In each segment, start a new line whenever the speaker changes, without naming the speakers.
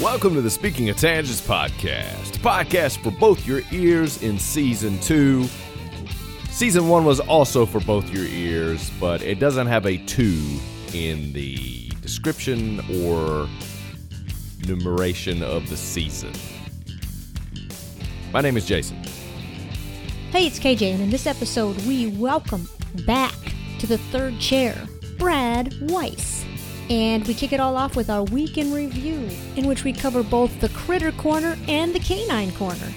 Welcome to the Speaking of Tangents podcast, podcast for both your ears in season two. Season one was also for both your ears, but it doesn't have a two in the description or numeration of the season. My name is Jason.
Hey, it's KJ, and in this episode, we welcome back to the third chair, Brad Weiss. And we kick it all off with our week in review, in which we cover both the critter corner and the canine corner,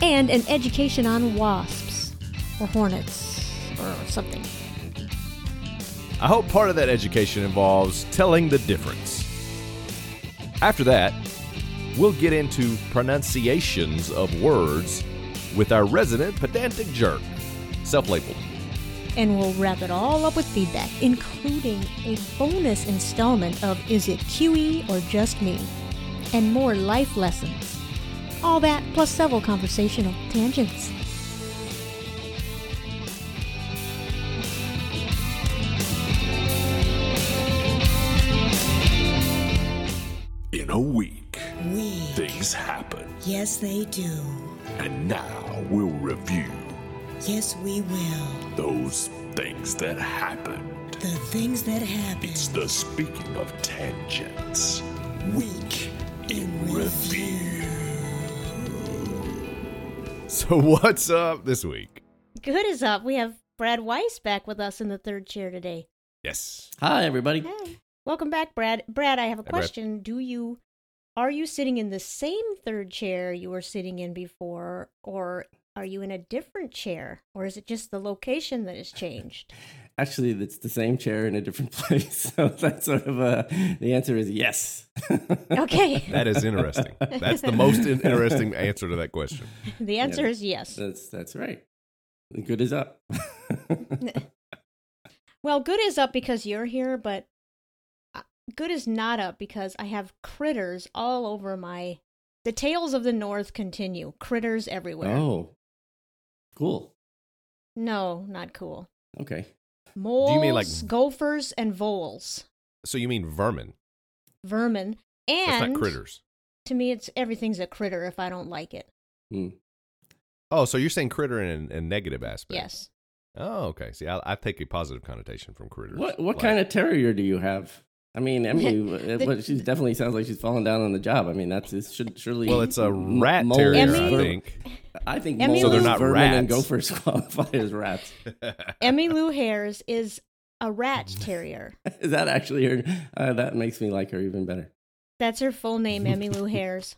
and an education on wasps, or hornets, or something.
I hope part of that education involves telling the difference. After that, we'll get into pronunciations of words with our resident pedantic jerk, self labeled.
And we'll wrap it all up with feedback, including a bonus installment of Is It QE or Just Me? and more life lessons. All that plus several conversational tangents.
In a week, things happen,
Yes, they do.
and now we'll review
Yes, we will.
those things that happened.
The things that happen.
It's the speaking of tangents. Week in review.
So, what's up this week?
Good is up. We have Brad Weiss back with us in the third chair today.
Yes.
Hi, everybody.
Hey. Welcome back, Brad. Brad, I have a
Brad.
question. Do you are you sitting in the same third chair you were sitting in before, or are you in a different chair? Or is it just the location that has changed?
Actually, it's the same chair in a different place. So that's sort of uh the answer is yes.
Okay.
That is interesting. That's the most in- interesting answer to that question.
the answer is
Uh,
yes.
That's that's right. The good is up.
Well, good is up because you're here, but uh, good is not up because I have critters all over my the tales of the north continue. Critters everywhere.
oh, cool.
No, not cool.
Okay.
Moles,
mean, like-
gophers, and voles,
So, you mean vermin?
vermin,
That's
and
not critters.
To me, it's everything's a critter if I don't like it.
Hmm.
Oh, so you're saying critter in a, a negative aspect?
Yes,
Oh, okay. See, I, I take a positive connotation from critters.
What what kind of terrier do you have? I mean, Emily, uh,
The-
what, she definitely sounds like she's falling down on the job. I mean, that's it should surely.
Well, it's a
m-
rat
moles,
terrier, I
Emily-
vermin-
think.
I think
Emily-
moles,
So they're
not
vermin, and
rats.
gophers qualify as rats.
Emmy Lou Hare's is a rat terrier.
Is that actually her? Uh, that makes me like her even better.
That's her full name, Emmy Lou Hare's.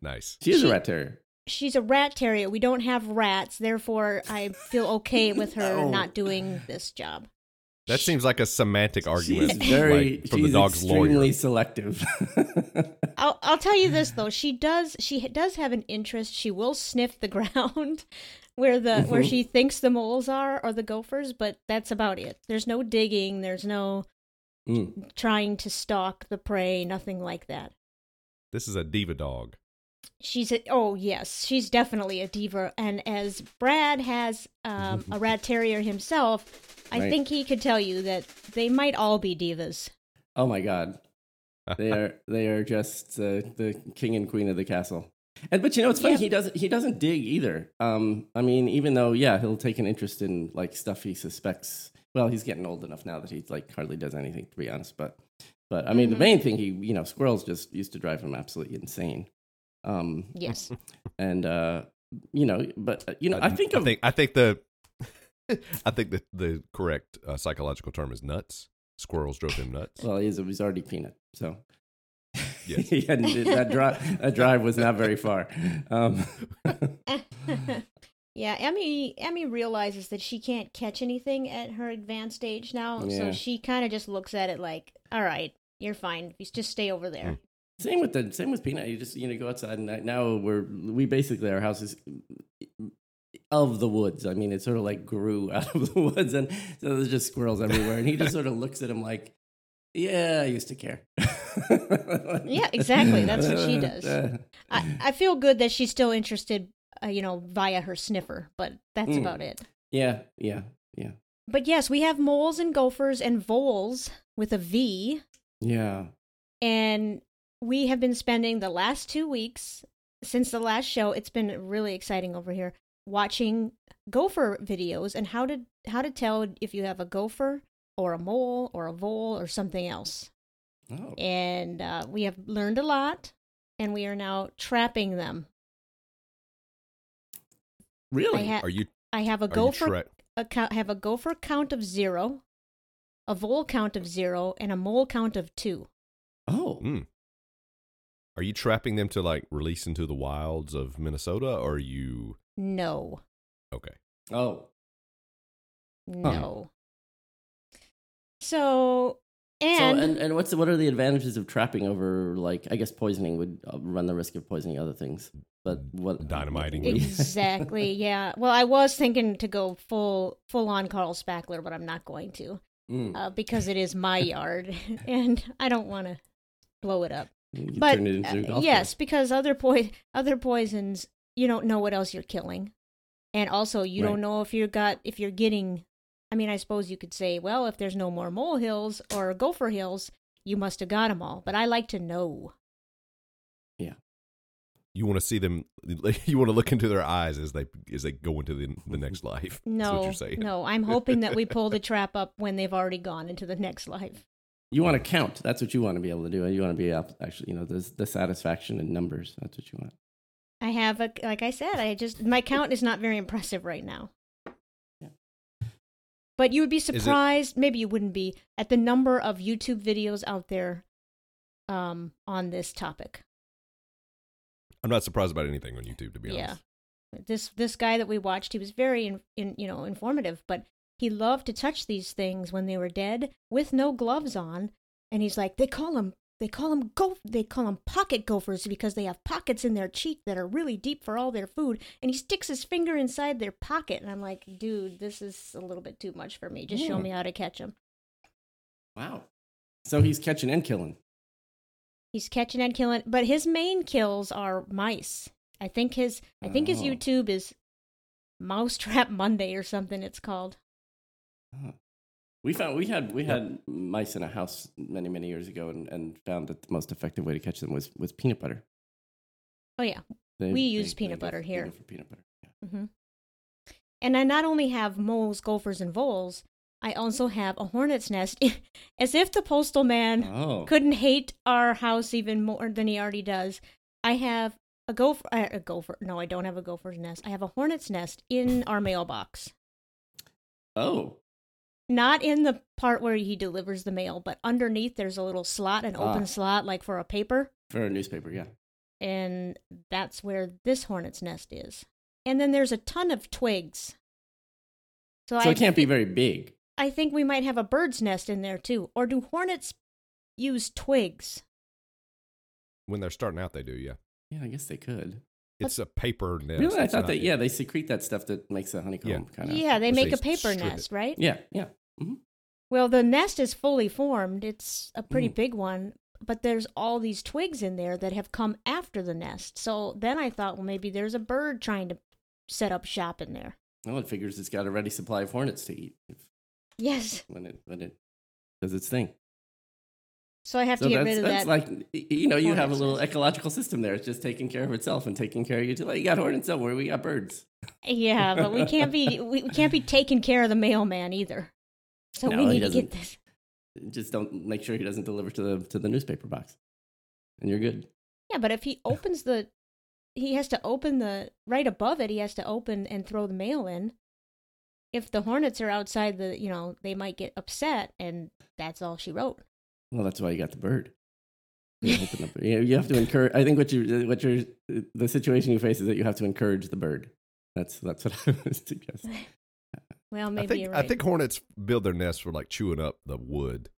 Nice.
She is
She-
a rat terrier.
She's a rat terrier. We don't have rats, therefore I feel okay with her
No.
not doing this job.
That seems like a semantic argument
She's very
like, from
she's
the dog's
extremely
lawyer.
selective.
I'll, I'll tell you this though, she does she does have an interest. She will sniff the ground where the where she thinks the moles are or the gophers, but that's about it. There's no digging. There's no
Mm.
trying to stalk the prey. Nothing like that.
This is a diva dog.
She's a, oh yes, she's definitely a diva. And as Brad has um, a rat terrier himself, I
Right.
think he could tell you that they might all be divas.
Oh my god, they are they are just uh, the king and queen of the castle. And but you know it's funny
Yeah.
he doesn't he doesn't dig either. Um, I mean even though yeah he'll take an interest in like stuff he suspects. Well, he's getting old enough now that he like hardly does anything to be honest. But but I mean the main thing he you know squirrels just used to drive him absolutely insane. Um,
Yes,
and uh, you know but uh, you know I think
I
of
think I think the I think the the correct uh, psychological term is nuts. Squirrels drove him nuts.
Well, he's, he's already peanut, so
Yes.
he hadn't did- that drive. That drive was not very far. Um,
yeah. Emmy Emmy realizes that she can't catch anything at her advanced age now, so
Yeah.
she kind of just looks at it like, "All right, you're fine. You just stay over
Mm.
there."
same with the same with peanut. You just you know go outside, and now we're we basically our house is of the woods. I mean, it sort of like grew out of the woods, and so there's just squirrels everywhere. And he just sort of looks at him like, "Yeah, I used to care."
Yeah, exactly. That's what she does.
Uh,
I, I feel good that she's still interested, uh, you know, via her sniffer, but that's
Mm.
about it.
yeah, yeah, yeah,
But yes, we have moles and gophers and voles with a V,
yeah.
and we have been spending the last two weeks since the last show. It's been really exciting over here watching gopher videos and how to how to tell if you have a gopher or a mole or a vole or something else.
Oh.
And uh, we have learned a lot, and we are now trapping them. I
Really?
ha-
Are you
I have a
you
gopher
tra-
account have a gopher count of zero, a vole count of zero, and a mole count of two.
oh.
Mm. Are you trapping them to like release into the wilds of Minnesota? Or are you
No,
okay?
Oh.
no. So
So,
and,
and and what's what are the advantages of trapping over like I guess poisoning would uh, run the risk of poisoning other things, but what
Dynamiting them.
exactly yeah. Well, I was thinking to go full full on Carl Spackler, but I'm not going to
Mm.
uh, because it is my yard, and I don't want to blow it up.
You could
but
turn it into a
uh,
golf
yes, because other poi- other poisons, you don't know what else you're killing, and also you
Right.
don't know if you got if you're getting. I mean, I suppose you could say, well, if there's no more mole hills or gopher hills, you must have got them all. But I like to know.
You want to see them? You want to look into their eyes as they as they go into the, the next life. That's what
No,
you're saying.
no, I'm hoping that we pull the trap up when they've already gone into the next life.
You want to count. That's what you want to be able to do. You want to be able, actually, you know, the, the satisfaction in numbers. That's what you want.
I have a like I said, I just my count is not very impressive right now.
Yeah.
But you would be
it-
surprised, maybe you wouldn't be, at the number of YouTube videos out there um on this topic.
I'm not surprised about anything on YouTube, to be honest.
Yeah. This this guy that we watched, he was very in, in you know, informative, but he loved to touch these things when they were dead with no gloves on, and he's like, "They call them they call them go they call them pocket gophers because they have pockets in their cheek that are really deep for all their food." And he sticks his finger inside their pocket, and I'm like, "Dude, this is a little bit too much for me. Just show
Yeah.
me how to catch them."
Wow. So he's catching and killing.
He's catching and killing, but his main kills are mice. I think his I think his
Oh.
YouTube is Mousetrap Monday or something it's called.
We found we had we had mice in a house many many years ago, and, and found that the most effective way to catch them was was peanut butter.
Oh yeah.
They-
We use peanut
go-
butter
they
here.
go for peanut butter. Yeah.
hmm And I not only have moles, gophers, and voles, I also have a hornet's nest, as if the postal man
Oh,
couldn't hate our house even more than he already does. I have a gopher, uh, a gopher. No, I don't have a gopher's nest. I have a hornet's nest in our mailbox.
oh,
Not in the part where he delivers the mail, but underneath there's a little slot, an open
Ah.
slot, like for a paper.
for a newspaper. Yeah.
and that's where this hornet's nest is. And then there's a ton of twigs. So,
so
I,
it can't be very big.
I think we might have a bird's nest in there too. Or do hornets use twigs?
When they're starting out, they do. Yeah,
Yeah, I guess they could.
it's a paper nest.
really, I
It's
thought
not-
that. Yeah, they secrete that stuff that makes a honeycomb kind of.
yeah, they
So
make
they
a paper
strip it.
nest, right?
Yeah. Yeah. hmm
Well, the nest is fully formed. It's a pretty
Mm.
big one, but there's all these twigs in there that have come after the nest. So then I thought, well, maybe there's a bird trying to set up shop in there.
Well, it figures it's got a ready supply of hornets to eat if,
Yes.
when it when it does its thing.
So I have
So
to get
that's,
rid of
that's
that.
like y- you know you have a
hornet's
little
nest.
ecological system there. It's just taking care of itself and taking care of you. too. Like, you got hornets somewhere. We got birds.
Yeah, but we can't be we, we can't be taking care of the mailman either. So
No,
we
he
need to
doesn't.
get this.
Just don't make sure he doesn't deliver to the to the newspaper box, and you're good.
Yeah, but if he opens the he has to open the right above it, he has to open and throw the mail in. If the hornets are outside the, you know, they might get upset and that's all she wrote.
Well, that's why you got the bird. You, open up, you you have to encourage. I think what you what you the situation you face is that you have to encourage the bird. That's that's what I was suggesting.
Well, maybe
I think
you're right.
I think hornets build their nests for like chewing up the wood.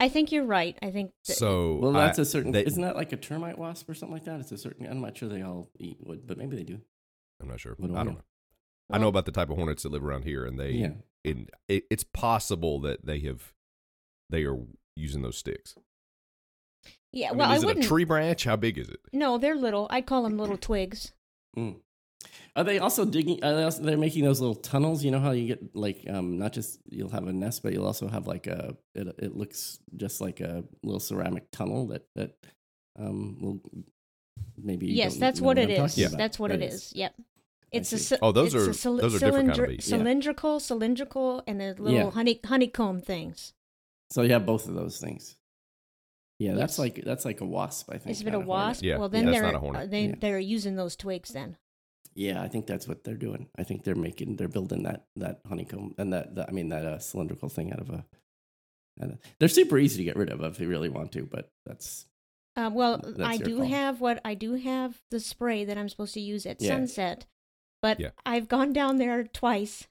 I think you're right. I think that,
So
Well, that's
a
a certain.
they-
isn't that like a termite wasp or something like that? It's a certain. I'm not sure they all eat wood, but maybe they do.
I'm not sure.
What do
I
I
don't
know?
know. I know about the type of hornets that live around here, and they
Yeah.
and it, it's possible that they have they are using those sticks.
Yeah,
I mean,
well, I
is it
wouldn't
a tree branch? How big is it?
No, they're little. I call them little twigs.
Mm. Are they also digging? Are they also, they're making those little tunnels. You know how you get like um, not just you'll have a nest, but you'll also have like a it, it looks just like a little ceramic tunnel that that um, will maybe. you
yes,
don't
that's
know
what it
I'm
is.
talking
Yeah.
about.
That's what
There
it is. Yep. It's a
see.
cy-
Oh, those
it's
are-
a cyli-
those are different kind of bees. Yeah.
cylindrical, cylindrical, and the little
Yeah.
honey honeycomb things.
So you have both of those things. Yeah, that's
Yes.
like that's like a wasp. I think
Is it
not
a
hornet.
wasp?
Yeah,
well, then
that's
they're
not a hornet.
uh, they
Yeah.
they're using those twigs then.
Yeah, I think that's what they're doing. I think they're making they're building that that honeycomb and that, that I mean that uh, cylindrical thing out of a. out of- They're super easy to get rid of if you really want to, but that's
Uh, well,
That's
I
your
do
call.
have what I do have the spray that I'm supposed to use at
Yeah.
sunset, but
Yeah.
I've gone down there twice,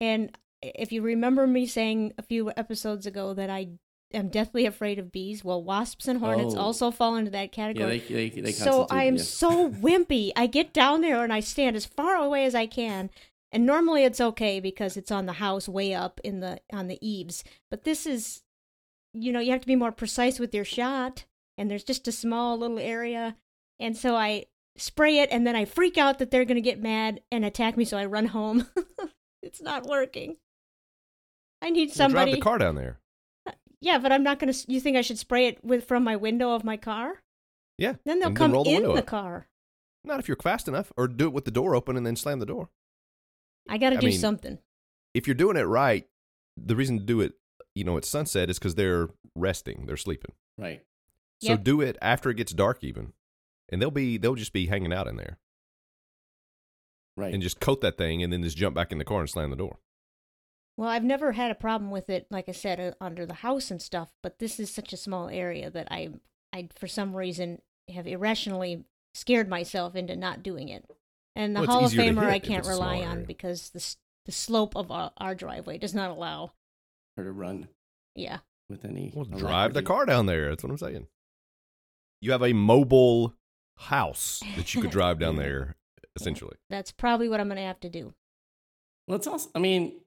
and if you remember me saying a few episodes ago that I am deathly afraid of bees, well, wasps and hornets
Oh.
also fall into that
yeah.
category.
They they, they
so I am
constitute- yeah.
so wimpy. I get down there and I stand as far away as I can. And normally it's okay because it's on the house way up in the on the eaves. But this is you know, you have to be more precise with your shot and there's just a small little area. And so I spray it and then I freak out that they're going to get mad and attack me so I run home. it's not working. I need
Well,
somebody.
drive the car down there.
Yeah, but I'm not going to you think I should spray it with from my window of my car?
Yeah.
Then they'll
and
come
roll the
in
window
the
up.
car.
Not if you're fast enough, or do it with the door open and then slam the door.
I got to
I
do
mean-
something.
If you're doing it right, the reason to do it, you know, at sunset is because they're resting, they're sleeping.
right.
So
Yep.
do it after it gets dark, even, and they'll be they'll just be hanging out in there
Right.
and just coat that thing, and then just jump back in the car and slam the door.
Well, I've never had a problem with it, like I said, uh, under the house and stuff. But this is such a small area that I, I for some reason have irrationally scared myself into not doing it. And the
Well, it's
Hall of
easier to
Famer
hit
I
if
can't
it's a
rely
smaller
on
area.
because the s- the slope of our, our driveway does not allow.
or to run
Yeah,
with any.
Well, drive the
alacrity.
car down there. That's what I'm saying. You have a mobile house that you could drive down there, essentially.
that's probably what I'm going to have to do.
Well, it's also. I mean,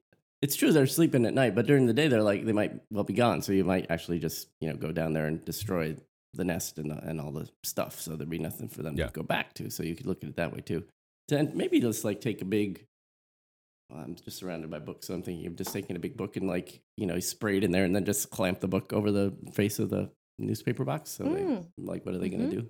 it's true they're sleeping at night, but during the day they're like they might well be gone. So you might actually just you know go down there and destroy the nest and the, and all the stuff. So there'd be nothing for them
Yeah.
to go back to. So you could look at it that way too. Then maybe just like take a big. well, I'm just surrounded by books, so I'm thinking of just taking a big book and like you know spray it in there, and then just clamp the book over the face of the newspaper box. So they-
Mm.
like, what are they
Mhm.
going to do?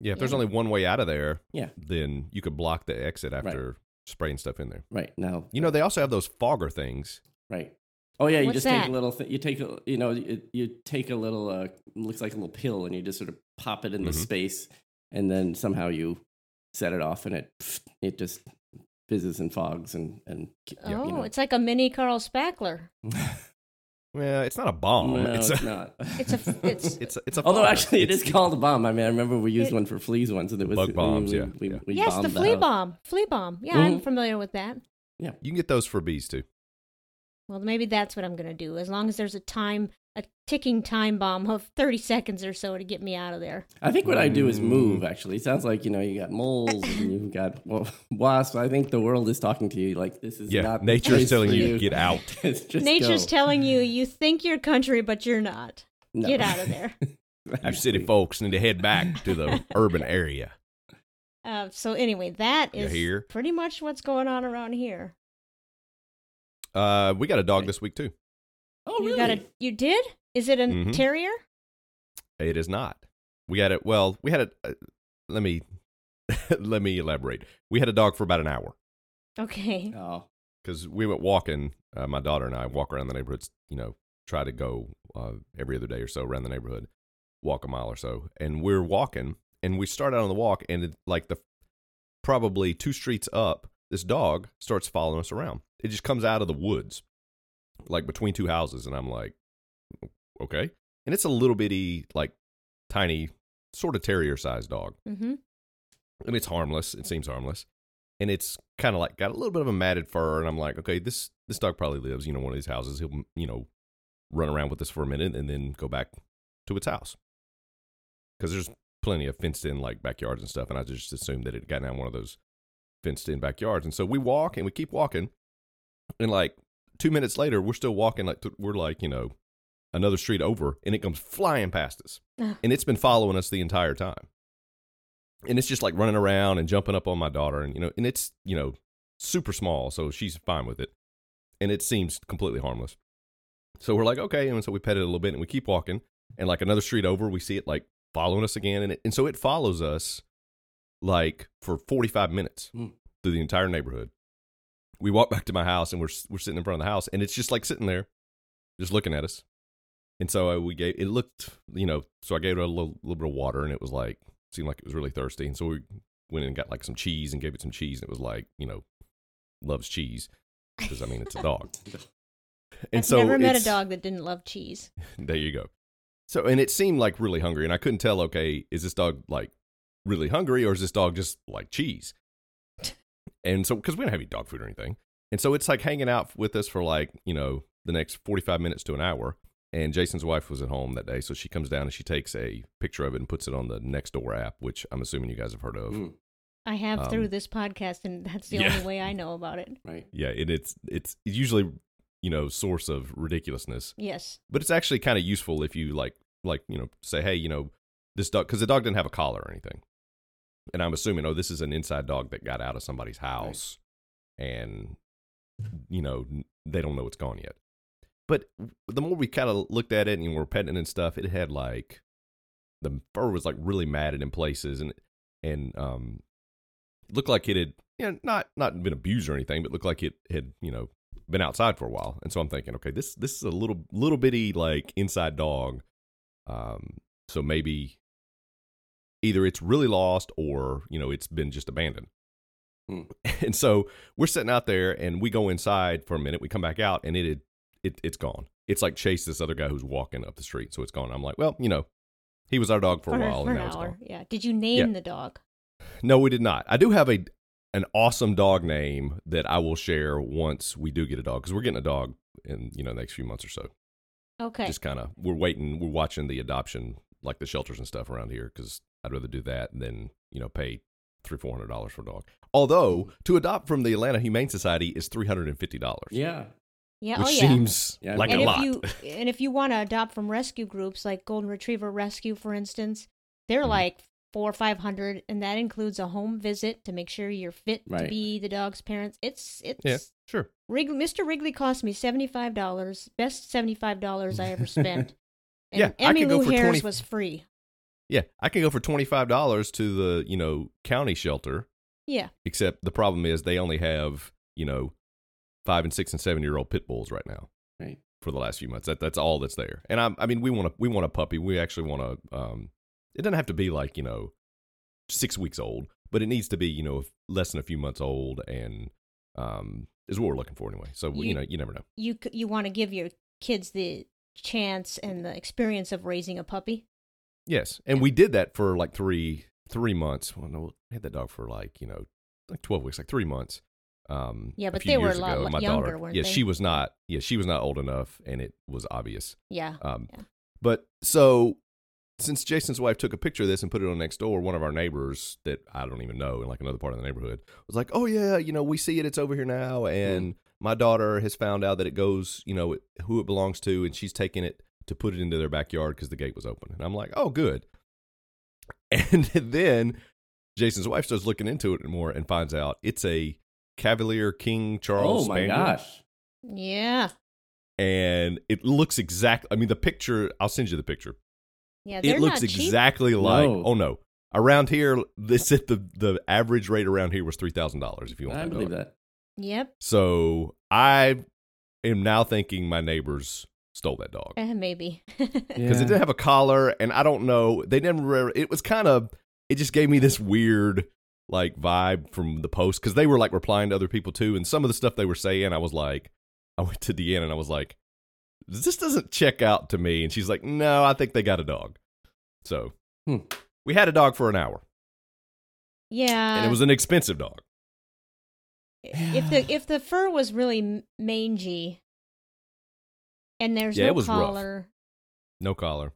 Yeah, if there's
Yeah.
only one way out of there,
Yeah.
then you could block the exit after spraying stuff in there.
Right now,
You know, they also have those fogger things.
Right. Oh yeah, you
What's
just take
that?
a little. Th- you take a, you know, you, you take a little. Uh, looks like a little pill, and you just sort of pop it in the
Mhm.
space, and then somehow you set it off, and it pfft, it just fizzes and fogs, and and
oh, it's like a mini Carl Spackler.
Well, it's not a bomb.
no,
Oh, it's
it's,
a,
not.
It's a f- it's
it's a, it's a
Although
fogger.
actually, it
It's-
is called a bomb. I mean, I remember we used
It-
one for fleas once, and it was
Bug
we-
bombs,
We,
yeah,
we,
yeah.
we
yes, the
bombed
flea
house.
bomb, flea bomb. Yeah, I'm
Mm-hmm.
Mhm.
familiar with that.
You can get those for bees too.
Well, maybe that's what I'm going to do. As long as there's a time, a ticking time bomb of 30 seconds or so to get me out of there.
I think what I do is move.
Mm.
Actually, it sounds like you know you got moles and you've got wa- wasps. I think the world is talking to you. Like this is
Yeah,
not the
nature is
place
telling
for
you to get out.
It's just
Nature's
go.
telling you you think you're country, but you're not.
No.
Get out of there.
You city folks need to head back to the urban area.
Uh, so anyway, that
You
is
hear?
pretty much what's going on around here.
Uh, we got a dog this week too.
Oh, really?
You got a? You did? Is it a
Mhm.
terrier?
It is not. We had it. Well, we had it. Uh, let me let me elaborate. We had a dog for about an hour
Okay.
Oh,
because we went walking. Uh, my daughter and I walk around the neighborhoods. You know, try to go uh, every other day or so around the neighborhood, walk a mile or so. And we're walking, and we start out on the walk, and it, like the probably two streets up, this dog starts following us around. It just comes out of the woods, like between two houses, and I'm like, okay. And it's a little bitty, like tiny, sort of terrier sized dog
Mm-hmm.
and it's harmless. It seems harmless, and it's kind of like got a little bit of a matted fur. And I'm like, okay, this this dog probably lives, you know, one of these houses. He'll you know run around with this for a minute and then go back to its house because there's plenty of fenced in like backyards and stuff. And I just assumed that it got down one of those fenced in backyards. And so we walk and we keep walking, and like two minutes later, we're still walking like th- we're like you know another street over, and it comes flying past us,
Ah.
and it's been following us the entire time. and it's just like running around and jumping up on my daughter and you know and it's you know super small so she's fine with it and it seems completely harmless so we're like okay and so we pet it a little bit and we keep walking and like another street over we see it like following us again and, it, and so it follows us like for 45 minutes
Hmm.
through the entire neighborhood we walk back to my house and we're, s- we're sitting in front of the house and it's just like sitting there just looking at us and so I, we gave it looked you know so i gave it a little, little bit of water and it was like seemed like it was really thirsty and so we went in and got like some cheese and gave it some cheese and it was like you know loves cheese because i mean it's a dog and
I've
so
never met a
it's-
dog that didn't love cheese.
there you go. So, and it seemed like really hungry, and I couldn't tell. Okay, is this dog like really hungry, or is this dog just like cheese? And so, because we don't have any dog food or anything, and so it's like hanging out with us for like you know the next forty-five minutes to an hour. And Jason's wife was at home that day, so she comes down and she takes a picture of it and puts it on the Nextdoor app, which I'm assuming you guys have heard of.
Mm,
I have
Um,
through this podcast, and that's the
yeah.
only way I know about it.
right.
Yeah, and it's it's usually you know source of ridiculousness.
Yes.
but it's actually kind of useful if you like like you know say hey you know this dog because the dog didn't have a collar or anything and i'm assuming oh this is an inside dog that got out of somebody's house and you know n- they don't know it's gone yet but the more we kind of looked at it and we're petting it and stuff it had like the fur was like really matted in places and and um looked like it had you know, not not been abused or anything but looked like it had you know been outside for a while, and so I'm thinking, okay, this this is a little little bitty like inside dog. Um, so maybe either it's really lost or you know it's been just abandoned.
Hmm.
And so we're sitting out there, and we go inside for a minute. We come back out, and it had, it it's gone. It's like chased this other guy who's walking up the street, so it's gone. I'm like, well, you know, he was our dog for, a while,
for
and
an
now it's gone.
hour. Yeah. Did you name
Yeah.
the dog?
No, we did not. I do have a an awesome dog name that I will share once we do get a dog because we're getting a dog in you know the next few months or so.
Okay.
Just kind of we're waiting, we're watching the adoption like the shelters and stuff around here because I'd rather do that than you know pay three four hundred dollars for a dog. Although to adopt from the Atlanta Humane Society is three hundred and fifty dollars,
Yeah.
yeah.
which
oh yeah.
seems
Yeah,
like
and
a
if
lot.
you and if you want to adopt from rescue groups like Golden Retriever Rescue, for instance, they're
Mhm.
like four or five hundred, and that includes a home visit to make sure you're fit to
Right.
be the dog's parents. It's it's
yeah, sure.
Wrig- Mr. Wrigley cost me seventy five dollars, best seventy five dollars I ever spent. And
Yeah, I
Emmy
could go
Lou
for 20
Harris was free.
Yeah, I can go for twenty five dollars to the you know county shelter
Yeah,
Except the problem is they only have, you know, five and six and seven year old pit bulls right now
Right.
for the last few months. That that's all that's there. And I, I mean, we want to we want a puppy. We actually want to. Um, it doesn't have to be like you know, six weeks old, but it needs to be you know less than a few months old, and um, is what we're looking for anyway. So you,
You-
know, you never know.
you c- you want to give your kids the chance and the experience of raising a puppy.
Yes, and we did that for like three three months. Well, no, we had that dog for like you know like twelve weeks, like three months. Um,
Yeah, but
few
they were
years
a lot
ago,
li-
my
younger,
daughter,
weren't
yeah,
they?
she was not. Yeah, she was not old enough, and it was obvious.
Yeah,
Um,
Yeah.
but so since Jason's wife took a picture of this and put it on next door, one of our neighbors that I don't even know in like another part of the neighborhood was like, "Oh yeah, you know, we see it. It's over here now." And
Mm-hmm.
my daughter has found out that it goes, you know, it, who it belongs to, and she's taking it to put it into their backyard because the gate was open. And I'm like, "Oh, good." And then Jason's wife starts looking into it more and finds out it's a Cavalier King Charles.
oh my
Spaniel
gosh.
yeah,
and it looks exact. I mean, the picture. I'll send you the picture.
yeah. They're
It looks
not cheap.
exactly like.
No.
Oh no! Around here, this at the the average rate around here was three thousand dollars. If you want,
I
that
believe
dog.
that.
Yep,
So I am now thinking my neighbors stole that dog
eh, maybe.
because
Yeah.
it didn't have a collar, and I don't know. They never. It was kind of. It just gave me this weird like vibe from the post because they were like replying to other people too, and some of the stuff they were saying, I was like, I went to Deanna and I was like, this doesn't check out to me, and she's like, no, I think they got a dog. So
Hmm.
we had a dog for an hour,
yeah,
and
Uh,
it was an expensive dog.
if the if the fur was really m- mangy, and there's
Yeah,
no
it was rough.
collar.
No collar.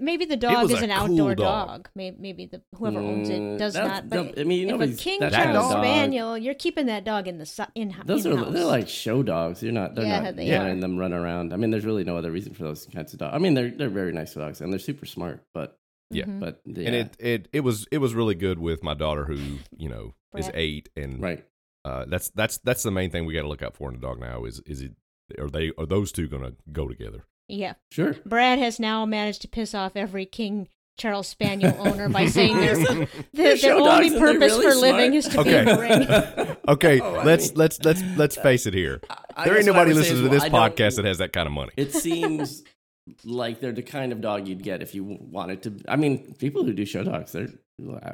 Maybe the
It
dog
was
is
a
an
cool
outdoor
dog.
dog. Maybe, maybe the whoever owns it
Mm,
does
that's
not.
dumb.
But
I mean,
if a
nobody's
King
that
kind of
Charles
dog-
Spaniel, you're keeping that dog in the su- in house.
Those are they're like show dogs. You're not they're
Yeah,
not
they
letting
are.
them run around. I mean, there's really no other reason for those kinds of dogs. I mean, they're they're very nice dogs and they're super smart, but
Yeah.
Mm-hmm.
But yeah.
And it, it it was it was really good with my daughter who you know is
Right.
eight and
right.
uh, that's that's that's the main thing we got to look out for in a dog now is is it are they are those two gonna go together?
Yeah.
Sure.
Brad has now managed to piss off every King Charles Spaniel owner by saying their, their, their
show
only
dogs and they're
purpose
really
for
smart.
living is to be in the ring.
Okay.
Okay,
Oh, I
let's
mean-
let's let's let's face it here. there ain't nobody listening to this podcast that has that kind of money.
it seems like they're the kind of dog you'd get if you wanted to. I mean, people who do show dogs, they're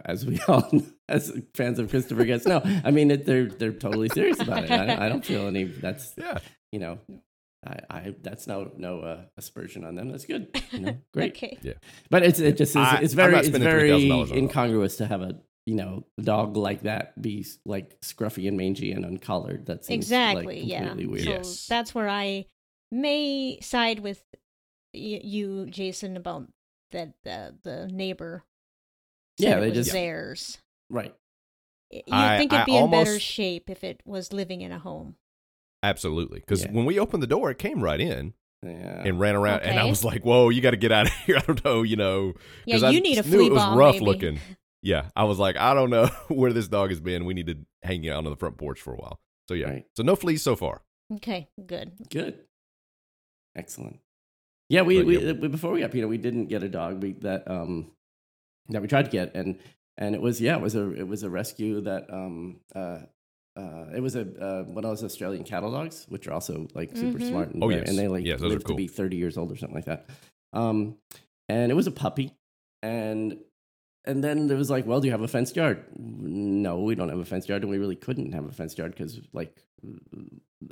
as we all as fans of Christopher Guest know. I mean, it, they're they're totally serious about it. I, I don't feel any. That's
yeah,
you know, I, I that's no no uh, aspersion on them. That's good. You know, great.
Okay.
But it's it just is,
I-
it's
I'm
very
not
it's
spending
very
$3,000 on a dog.
incongruous to have a you know a dog like that be like scruffy and mangy and uncollared. That's
Exactly.
like,
yeah.
completely weird.
So
Yes.
that's where I may side with y- you, Jason, about that the the neighbor. said
Yeah,
it
they
was
just-
theirs.
Right.
You
I-
think it'd
I
be in better
almost-
shape if it was living in a home.
absolutely. Because
Yeah.
when we opened the door, it came right in
Yeah.
and ran around, and I
Oh, Okay.
was like, "Whoa, you got to get out of here!" I don't know, you know. 'cause
Yeah,
I
you need a
just knew
flea
it was
bomb,
rough
maybe.
looking. Yeah, I was like, I don't know where this dog has been. We need to hang you out on the front porch for a while. So yeah,
Right.
so no fleas so far.
Okay, good.
Good. Excellent. Yeah, we,
But,
we,
yeah.
we before we got Peter, we didn't get a dog we, that um that we tried to get, and and it was yeah, it was a it was a rescue that um uh. Uh, it was a uh, one of those Australian cattle dogs, which are also like super
Mhm.
smart. And
Oh,
very-
yes.
uh, and they like
Yes, those are
live
cool.
to be thirty years old or something like that. Um, and it was a puppy, and and then there was like, well, do you have a fenced yard? No, we don't have a fenced yard, and we really couldn't have a fenced yard because like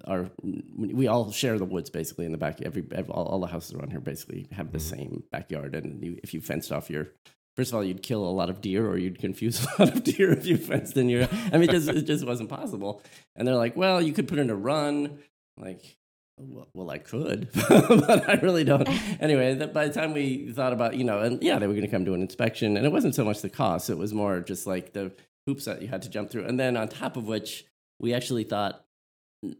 our we all share the woods basically in the back. Every, ev all, all the houses around here basically have the
Mm-hmm.
same backyard, and you, if you fenced off your First of all, you'd kill a lot of deer, or you'd confuse a lot of deer if you fenced in your. I mean, it just, it just wasn't possible. And they're like, "Well, you could put in a run." Like, well, well, I could, but I really don't. Anyway, that by the time we thought about, you know, and yeah, they were going to come do an inspection, and it wasn't so much the cost; it was more just like the hoops that you had to jump through, and then on top of which, we actually thought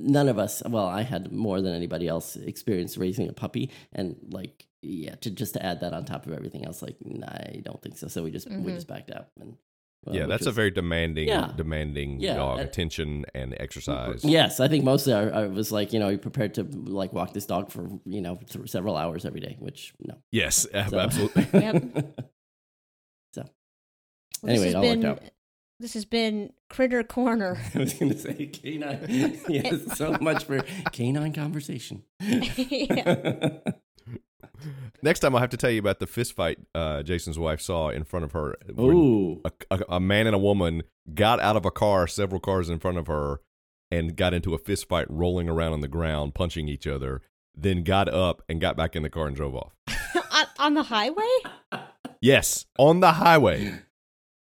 none of us well i had more than anybody else experience raising a puppy and like yeah to just to add that on top of everything else like nah, i don't think so so we just we
Mhm.
just backed up and well,
yeah,
uh, which
that's a
was-
very demanding,
Yeah.
demanding
Yeah,
dog
uh,
attention and exercise.
yes i think mostly I, I was like you know you prepared to like walk this dog for you know th- several hours every day which no
Yes, ab-
So-
absolutely.
Yep.
so
Well,
anyway it
this
all
has been
worked out
this has been Critter Corner.
i was gonna say canine yes so much for canine conversation
Yeah.
Next time, I'll have to tell you about the fist fight uh, Jason's wife saw in front of her. when
Ooh.
A, a, a man and a woman got out of a car, several cars in front of her, and got into a fist fight, rolling around on the ground, punching each other. Then got up and got back in the car and drove off.
on, on the highway?
Yes, on the highway,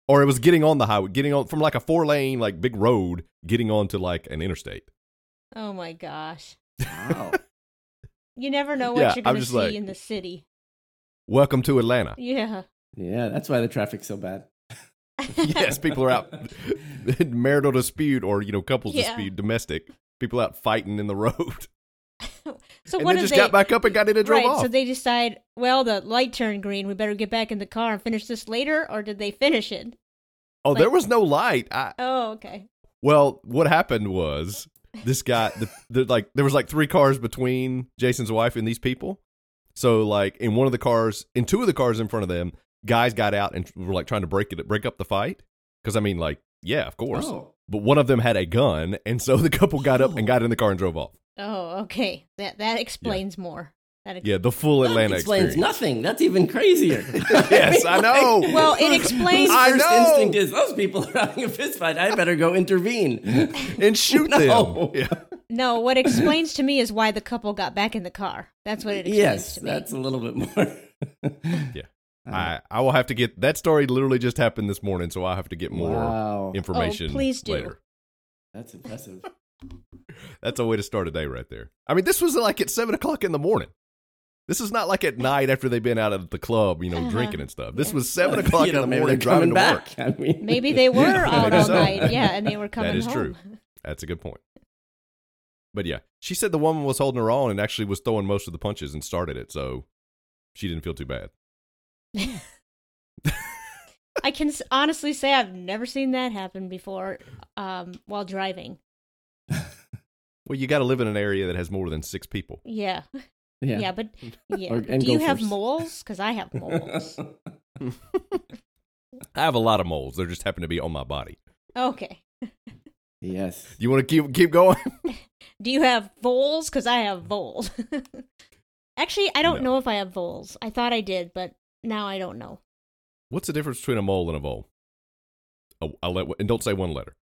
or it was getting on the highway, getting on from like a four lane like big road, getting onto like an interstate.
Oh my gosh.
wow
You never know what
Yeah,
you're
I'm
going to
just
see
like-
in the city.
Welcome to Atlanta.
Yeah.
Yeah, that's why the traffic's so bad.
yes, people are out marital dispute or you know couples
Yeah.
dispute, domestic. People out fighting in the road,
So
and
what
then
do
just
they
got back up and got in and drove
right,
off.
so they decide, well, the light turned green. We better get back in the car and finish this later, or did they finish it?
oh, there
like-
was no light. I,
Oh, okay.
well, what happened was this guy, the, the like, there was like three cars between Jason's wife and these people. So like, in one of the cars, in two of the cars in front of them, guys got out and were like trying to break it, break up the fight. Because I mean, like, yeah, of course.
Oh,
But one of them had a gun, and so the couple got up and got in the car and drove off.
Oh, okay. That that explains more. That ex-
Yeah, the full Atlanta
that explains
experience.
nothing. That's even crazier.
Yes, I know.
Well, it explains-
I
First
know.
instinct is those people are having a fist fight. I better go intervene.
and shoot
No.
them. Yeah.
No, what explains to me is why the couple got back in the car. That's what it explains
yes,
to me.
that's a little bit more.
I, I will have to get that story. Literally just happened this morning, so I'll have to get more
Wow,
information.
Oh, please do.
Later.
that's impressive.
That's a way to start a day right there. I mean, this was like at seven o'clock in the morning. This is not like at night after they've been out at the club, you know,
Uh-huh.
drinking and stuff. This was seven o'clock
You know,
in the
maybe
morning
they're
driving
coming
to work.
back. I mean,
Maybe they were out
maybe
all
so.
night. Yeah, and they were coming
is
home.
true. That's a good point. But yeah, she said the woman was holding her on and actually was throwing most of the punches and started it, so she didn't feel too bad.
I can s- honestly say I've never seen that happen before um, while driving.
Well, you got to live in an area that has more than six people.
Yeah. Yeah,
Yeah.
but yeah.
Or- and
Do you
go
have
first.
moles? Because I have moles.
I have a lot of moles. They just happen to be on my body.
okay.
yes.
You want to keep keep going?
Do you have voles? Because I have voles. Actually, I don't
No.
know if I have voles. I thought I did, but now I don't know.
What's the difference between a mole and a vole? Oh, I'll let and don't say one letter.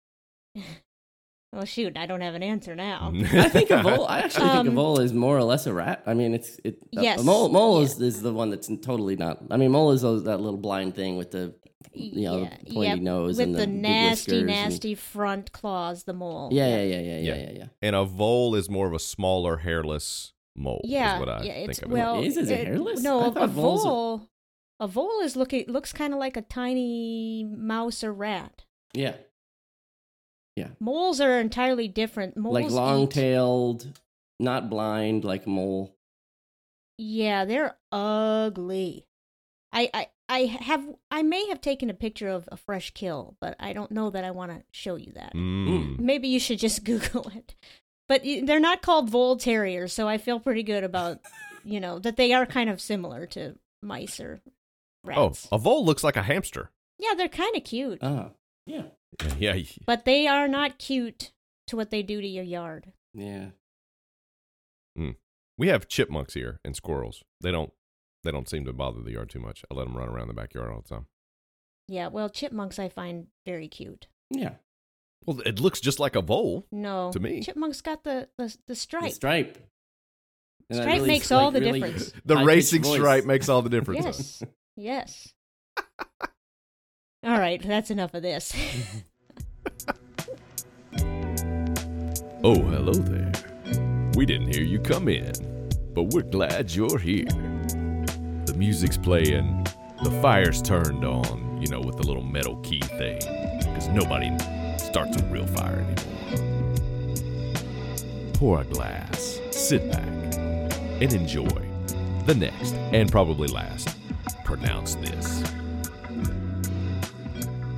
Well, shoot, I don't have an answer now.
Mm-hmm.
I think a vole. I actually think a
Um,
vole is more or less a rat. I mean, it's it. a-
Yes.
A mole, mole is, is the one that's totally not. I mean, mole is those, that little blind thing with the you know
Yeah,
the pointy
yep,
nose
with
and the,
the
big
nasty,
whiskers
nasty front claws, the mole.
And, yeah, yeah, yeah, yeah, yeah,
Yeah.
yeah, yeah.
and a vole is more of a smaller hairless mole. is
yeah,
what I
yeah.
think
It's
of it.
well,
Is- is it hairless?
No,
I
a, a
thought voles are-
vole. A vole is looking looks kind of like a tiny mouse or rat.
Yeah.
Moles are entirely different. Moles
like long
eat-
tailed, not blind, like mole.
Yeah, they're ugly. I, I I have I may have taken a picture of a fresh kill, but I don't know that I want to show you that.
Mm.
Maybe you should just Google it. But y- they're not called vole terriers, so I feel pretty good about you know that they are kind of similar to mice or
Oh, Uh.
rats.
a vole looks like a hamster.
Yeah, they're kind of cute,
Ah. Yeah.
Yeah,
but they are not cute to what they do to your yard.
Yeah.
we have chipmunks here and squirrels. They don't they don't seem to bother the yard too much. I let them run around the backyard all the time.
Yeah, well, chipmunks I find very cute.
Yeah.
Well, it looks just like a vole.
No,
To me.
chipmunks got the the, the
The
stripe.
stripe. And I
Stripe
really-
makes all the
like, really
difference.
The
high-pitched
racing
voice.
stripe makes all the difference.
Yes. Yes. All right, that's enough of this.
Oh, hello there. We didn't hear you come in, but we're glad you're here. The music's playing, the fire's turned on, you know, with the little metal key thing, because nobody starts a real fire anymore. Pour a glass, sit back, and enjoy the next and probably last. Pronounce this.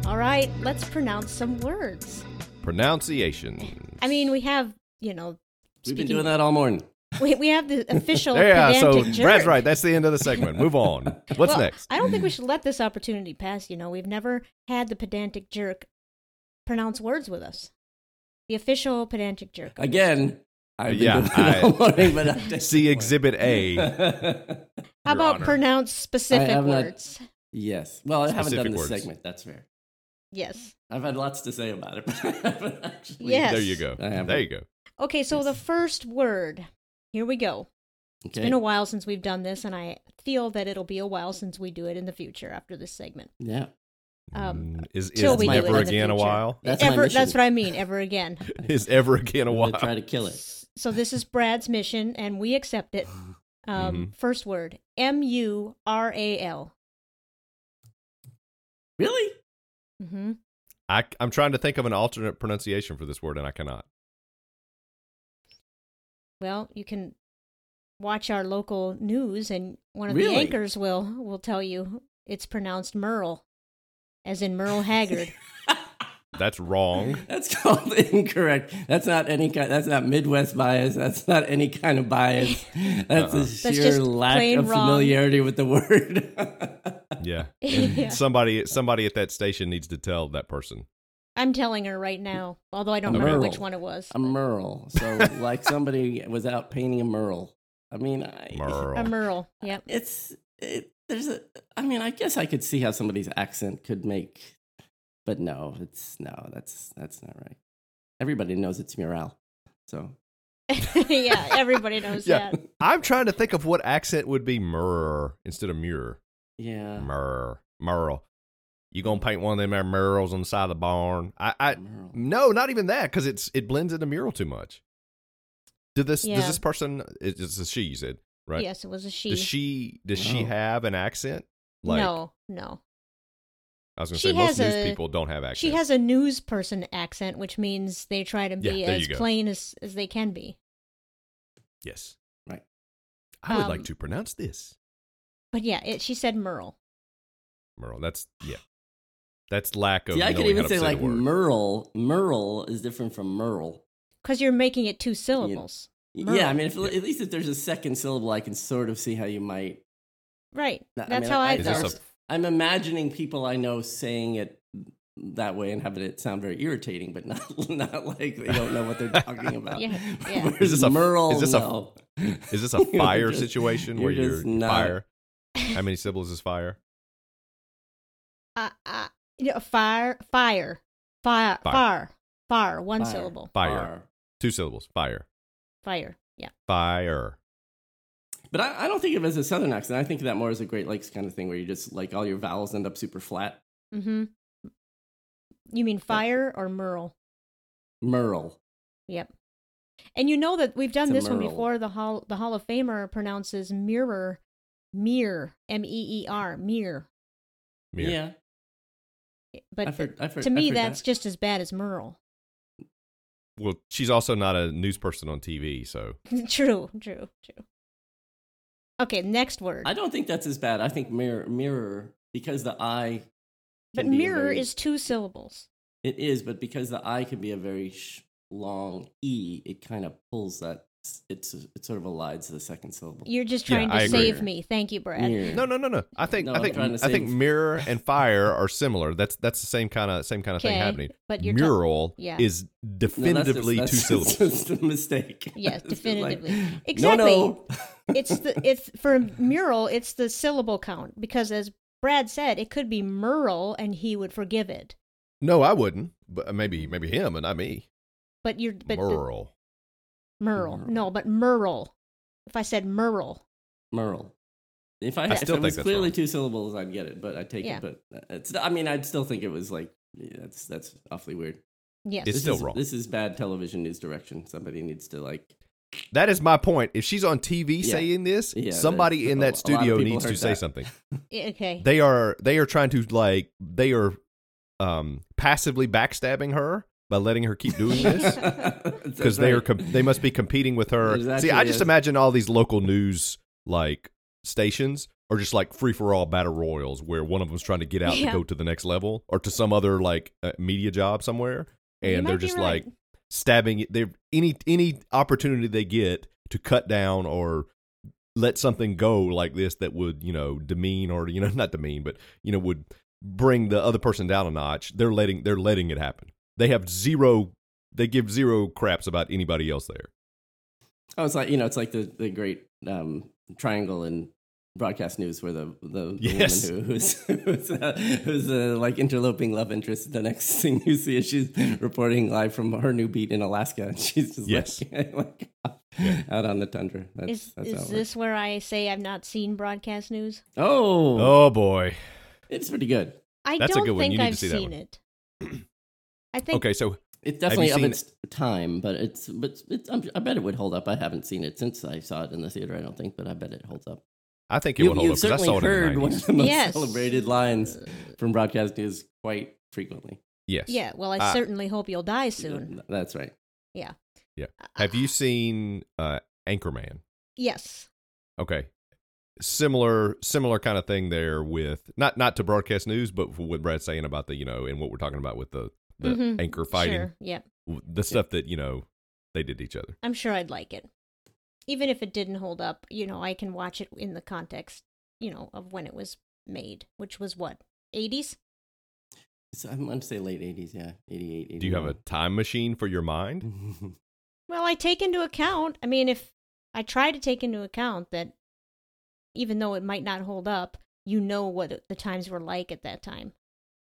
All right, let's pronounce some words.
Pronunciation.
I mean, we have, you know,
We've
speaking-
been doing that all morning.
We, we have the official
Yeah, so
pedantic
Brad's
jerk.
right. That's the end of the segment. Move on. What's
Well,
next?
I don't think we should let this opportunity pass, you know. We've never had the pedantic jerk pronounce words with us. The official pedantic jerk.
Again, I've been
Yeah,
doing that
I-
all morning, but I
See Exhibit A.
How
Your
about
Honor.
pronounce specific
have not-
words?
yes. Well, I haven't
Specific
done this
words.
segment. That's fair.
Yes.
I've had lots to say about it, but I haven't actually.
Yes.
There you go.
I have
There
it.
you go.
Okay, so the first word. Here we go.
Okay.
It's been a while since we've done this, and I feel that it'll be a while since we do it in the future after this segment.
yeah.
Um,
Mm, is
till
is
we do it in
ever
the
again a
future.
while?
That's my
ever,
mission.
that's what I mean. Ever again.
Is ever again a
I'm
while?
gonna try to kill it.
So this is Brad's mission, and we accept it.
Mm-hmm.
Um, First word: M U R A L.
Really?
Mm-hmm.
I, I'm trying to think of an alternate pronunciation for this word, and I cannot.
Well, you can watch our local news, and one of
Really?
the anchors will will tell you it's pronounced Merle, as in Merle Haggard.
That's wrong.
That's called incorrect. That's not any kind. That's not Midwest bias. That's not any kind of bias. That's
Uh-uh.
the
That's
sheer
just
lack
plain
of
wrong.
familiarity with the word.
Yeah.
Yeah.
Somebody somebody at that station needs to tell that person.
I'm telling her right now, although I don't
Okay.
remember which
Merle.
one it was.
a merle. So like somebody was out painting a merle. I mean, I,
A
Merle.
Merle. Yep.
it's it, there's a. I mean, I guess I could see how somebody's accent could make, but no, it's no. That's that's not right. Everybody knows it's mural. So
yeah, everybody knows
Yeah.
that.
I'm trying to think of what accent would be murr instead of muir.
Uh.
yeah,
Murr. Merle. You gonna paint one of them there murals on the side of the barn? I, I
merle.
No, not even that, because it's it blends into mural too much. Did this
Yeah.
does this person it- it's a she you said, right?
Yes, it was a she.
Does she does she
No.
have an accent? Like
no, no.
I was gonna
She
say most
has
news
a-
people don't have accents.
She has a news person accent, which means they try to
Yeah,
be
there
as
you go.
plain as, as they can be.
Yes.
Right.
I would like
Um,
to pronounce this.
But yeah, it, she said Merle.
Merle. That's yeah. That's lack of.
See, I could
knowing how
even
to
say
the
like
word.
Merle. Merle is different from Merle.
Because you're making it two syllables. Merle.
Yeah, I mean, if, at least if there's a second syllable, I can sort of see how you might.
Right.
I
That's
mean,
how I,
I-
Is
thought.
this a
I'm imagining people I know saying it that way and having it sound very irritating, but not not like they don't know what they're talking about.
Yeah, yeah.
Whereas
Is this a-
Merle?
is this a-
no.
is this a fire
You're just-
situation where
you're
you're
just not-
fire? How many syllables is fire?
Uh, uh, you know, fire, fire, fire,
Fire.
fire, fire, one
Fire.
syllable,
Fire.
Are.
Two syllables. Fire.
fire. Yeah.
Fire.
But I, I don't think of it as a southern accent. I think of that more as a Great Lakes kind of thing where you just like all your vowels end up super flat.
Mm-hmm. You mean fire or Merle?
Merle.
Yep. And you know that we've done
It's
this
a
one
Merle.
before. The Hall, the Hall of Famer pronounces mirror, mirror, M E E R, mirror.
Mirror.
Yeah.
But
I've heard- I've heard-
to
I've
me,
heard
that's
that.
just as bad as Merle.
Well, she's also not a news person on TV, so
true, true, true. Okay, next word.
I don't think that's as bad. I think mirror, mirror, because the I.
but
can be a
mirror
very-
is two syllables.
It is, but because the I can be a very sh- long E, it kind of pulls that. It's it sort of elides the second syllable.
You're just
Yeah,
trying
I
to
agree.
save me. Thank you, Brad.
Mirror.
no, no, no, no. I think
No,
I
I'm
think
trying to
I think
save-
mirror and fire are similar. That's that's the same kind of same kind of
Okay,
thing happening.
but you're ta-
mural
yeah.
is
No, that's just-
definitively
that's
two
just-
syllables.
That's just a mistake.
Yes,
It's just like,
definitively. Exactly.
No, no.
it's the it's for mural it's the syllable count because as brad said it could be merle and he would forgive it
No, I wouldn't. But maybe maybe him and not me.
but you're but merle,
Merle.
merle.
Merle.
no but merle if i said merle
Merle. If I,
I
had,
still
if it
think
was
that's
clearly
wrong.
two syllables, I'd get it. But I take
Yeah.
it. But uh, it's. I mean, I'd still think it was like. Yeah, that's that's awfully weird.
yes
It's
This
still
is-
wrong.
This is bad television news direction. Somebody needs to like.
That is my point. If she's on TV
Yeah.
saying this,
Yeah,
somebody
there's-
in
a- a lot
that
of
studio
people
needs to
heard
say
that.
something.
okay
They are they are trying to like they are um passively backstabbing her by letting her keep doing this because
Because
they are com- they must be competing with her.
Exactly,
See, I just
yes.
imagine all these local news like stations are just like free for all battle royals where one of them's trying to get out
Yeah.
to go to the next level or to some other like uh, media job somewhere
You
and
might
they're
be
just
right.
like stabbing they any any opportunity they get to cut down or let something go like this that would you know demean or you know not demean but you know would bring the other person down a notch they're letting they're letting it happen they have zero they give zero craps about anybody else there
Oh, it's like you know, it's like the the great um, triangle in broadcast news where the the, the
Yes.
woman who, who's who's, uh, who's uh, like interloping love interest. The next thing you see is she's reporting live from her new beat in Alaska, and she's just
Yes.
like, like out on the tundra. That's,
is,
that's how
is
it works.
this where i say i've not seen broadcast news
Oh,
oh boy
it's pretty good.
i
That's a
don't
good one. You need
think
to
i've
see that
seen
one.
it i think
okay so
It's definitely of
seen
its time, but it's but it's, I'm, I bet it would hold up. I haven't seen it since I saw it in the theater. I don't think, but I bet it holds up.
i think it would hold
you've
up because i
certainly
saw it
heard
in the
one
90s
of the most
Yes.
celebrated lines
uh,
from broadcast news quite frequently.
yes
yeah well i
Ah.
certainly hope you'll die soon
Th- That's right.
yeah
have you seen uh anchorman
yes
Okay. Similar similar kind of thing there with not not to broadcast news, but for what Brad's saying about the, you know, and what we're talking about with the, the
Mhm.
anchor fighting.
sure yeah
w- The stuff that, you know, they did to each other.
I'm sure I'd like it. Even if it didn't hold up, you know, I can watch it in the context, you know, of when it was made, which was what, 80s?
So I'm going to say late 80s, yeah. 88, 89.
Do you have a
Mm-hmm.
time machine for your mind?
Well, I take into account, I mean, if I try to take into account that even though it might not hold up, you know what the times were like at that time.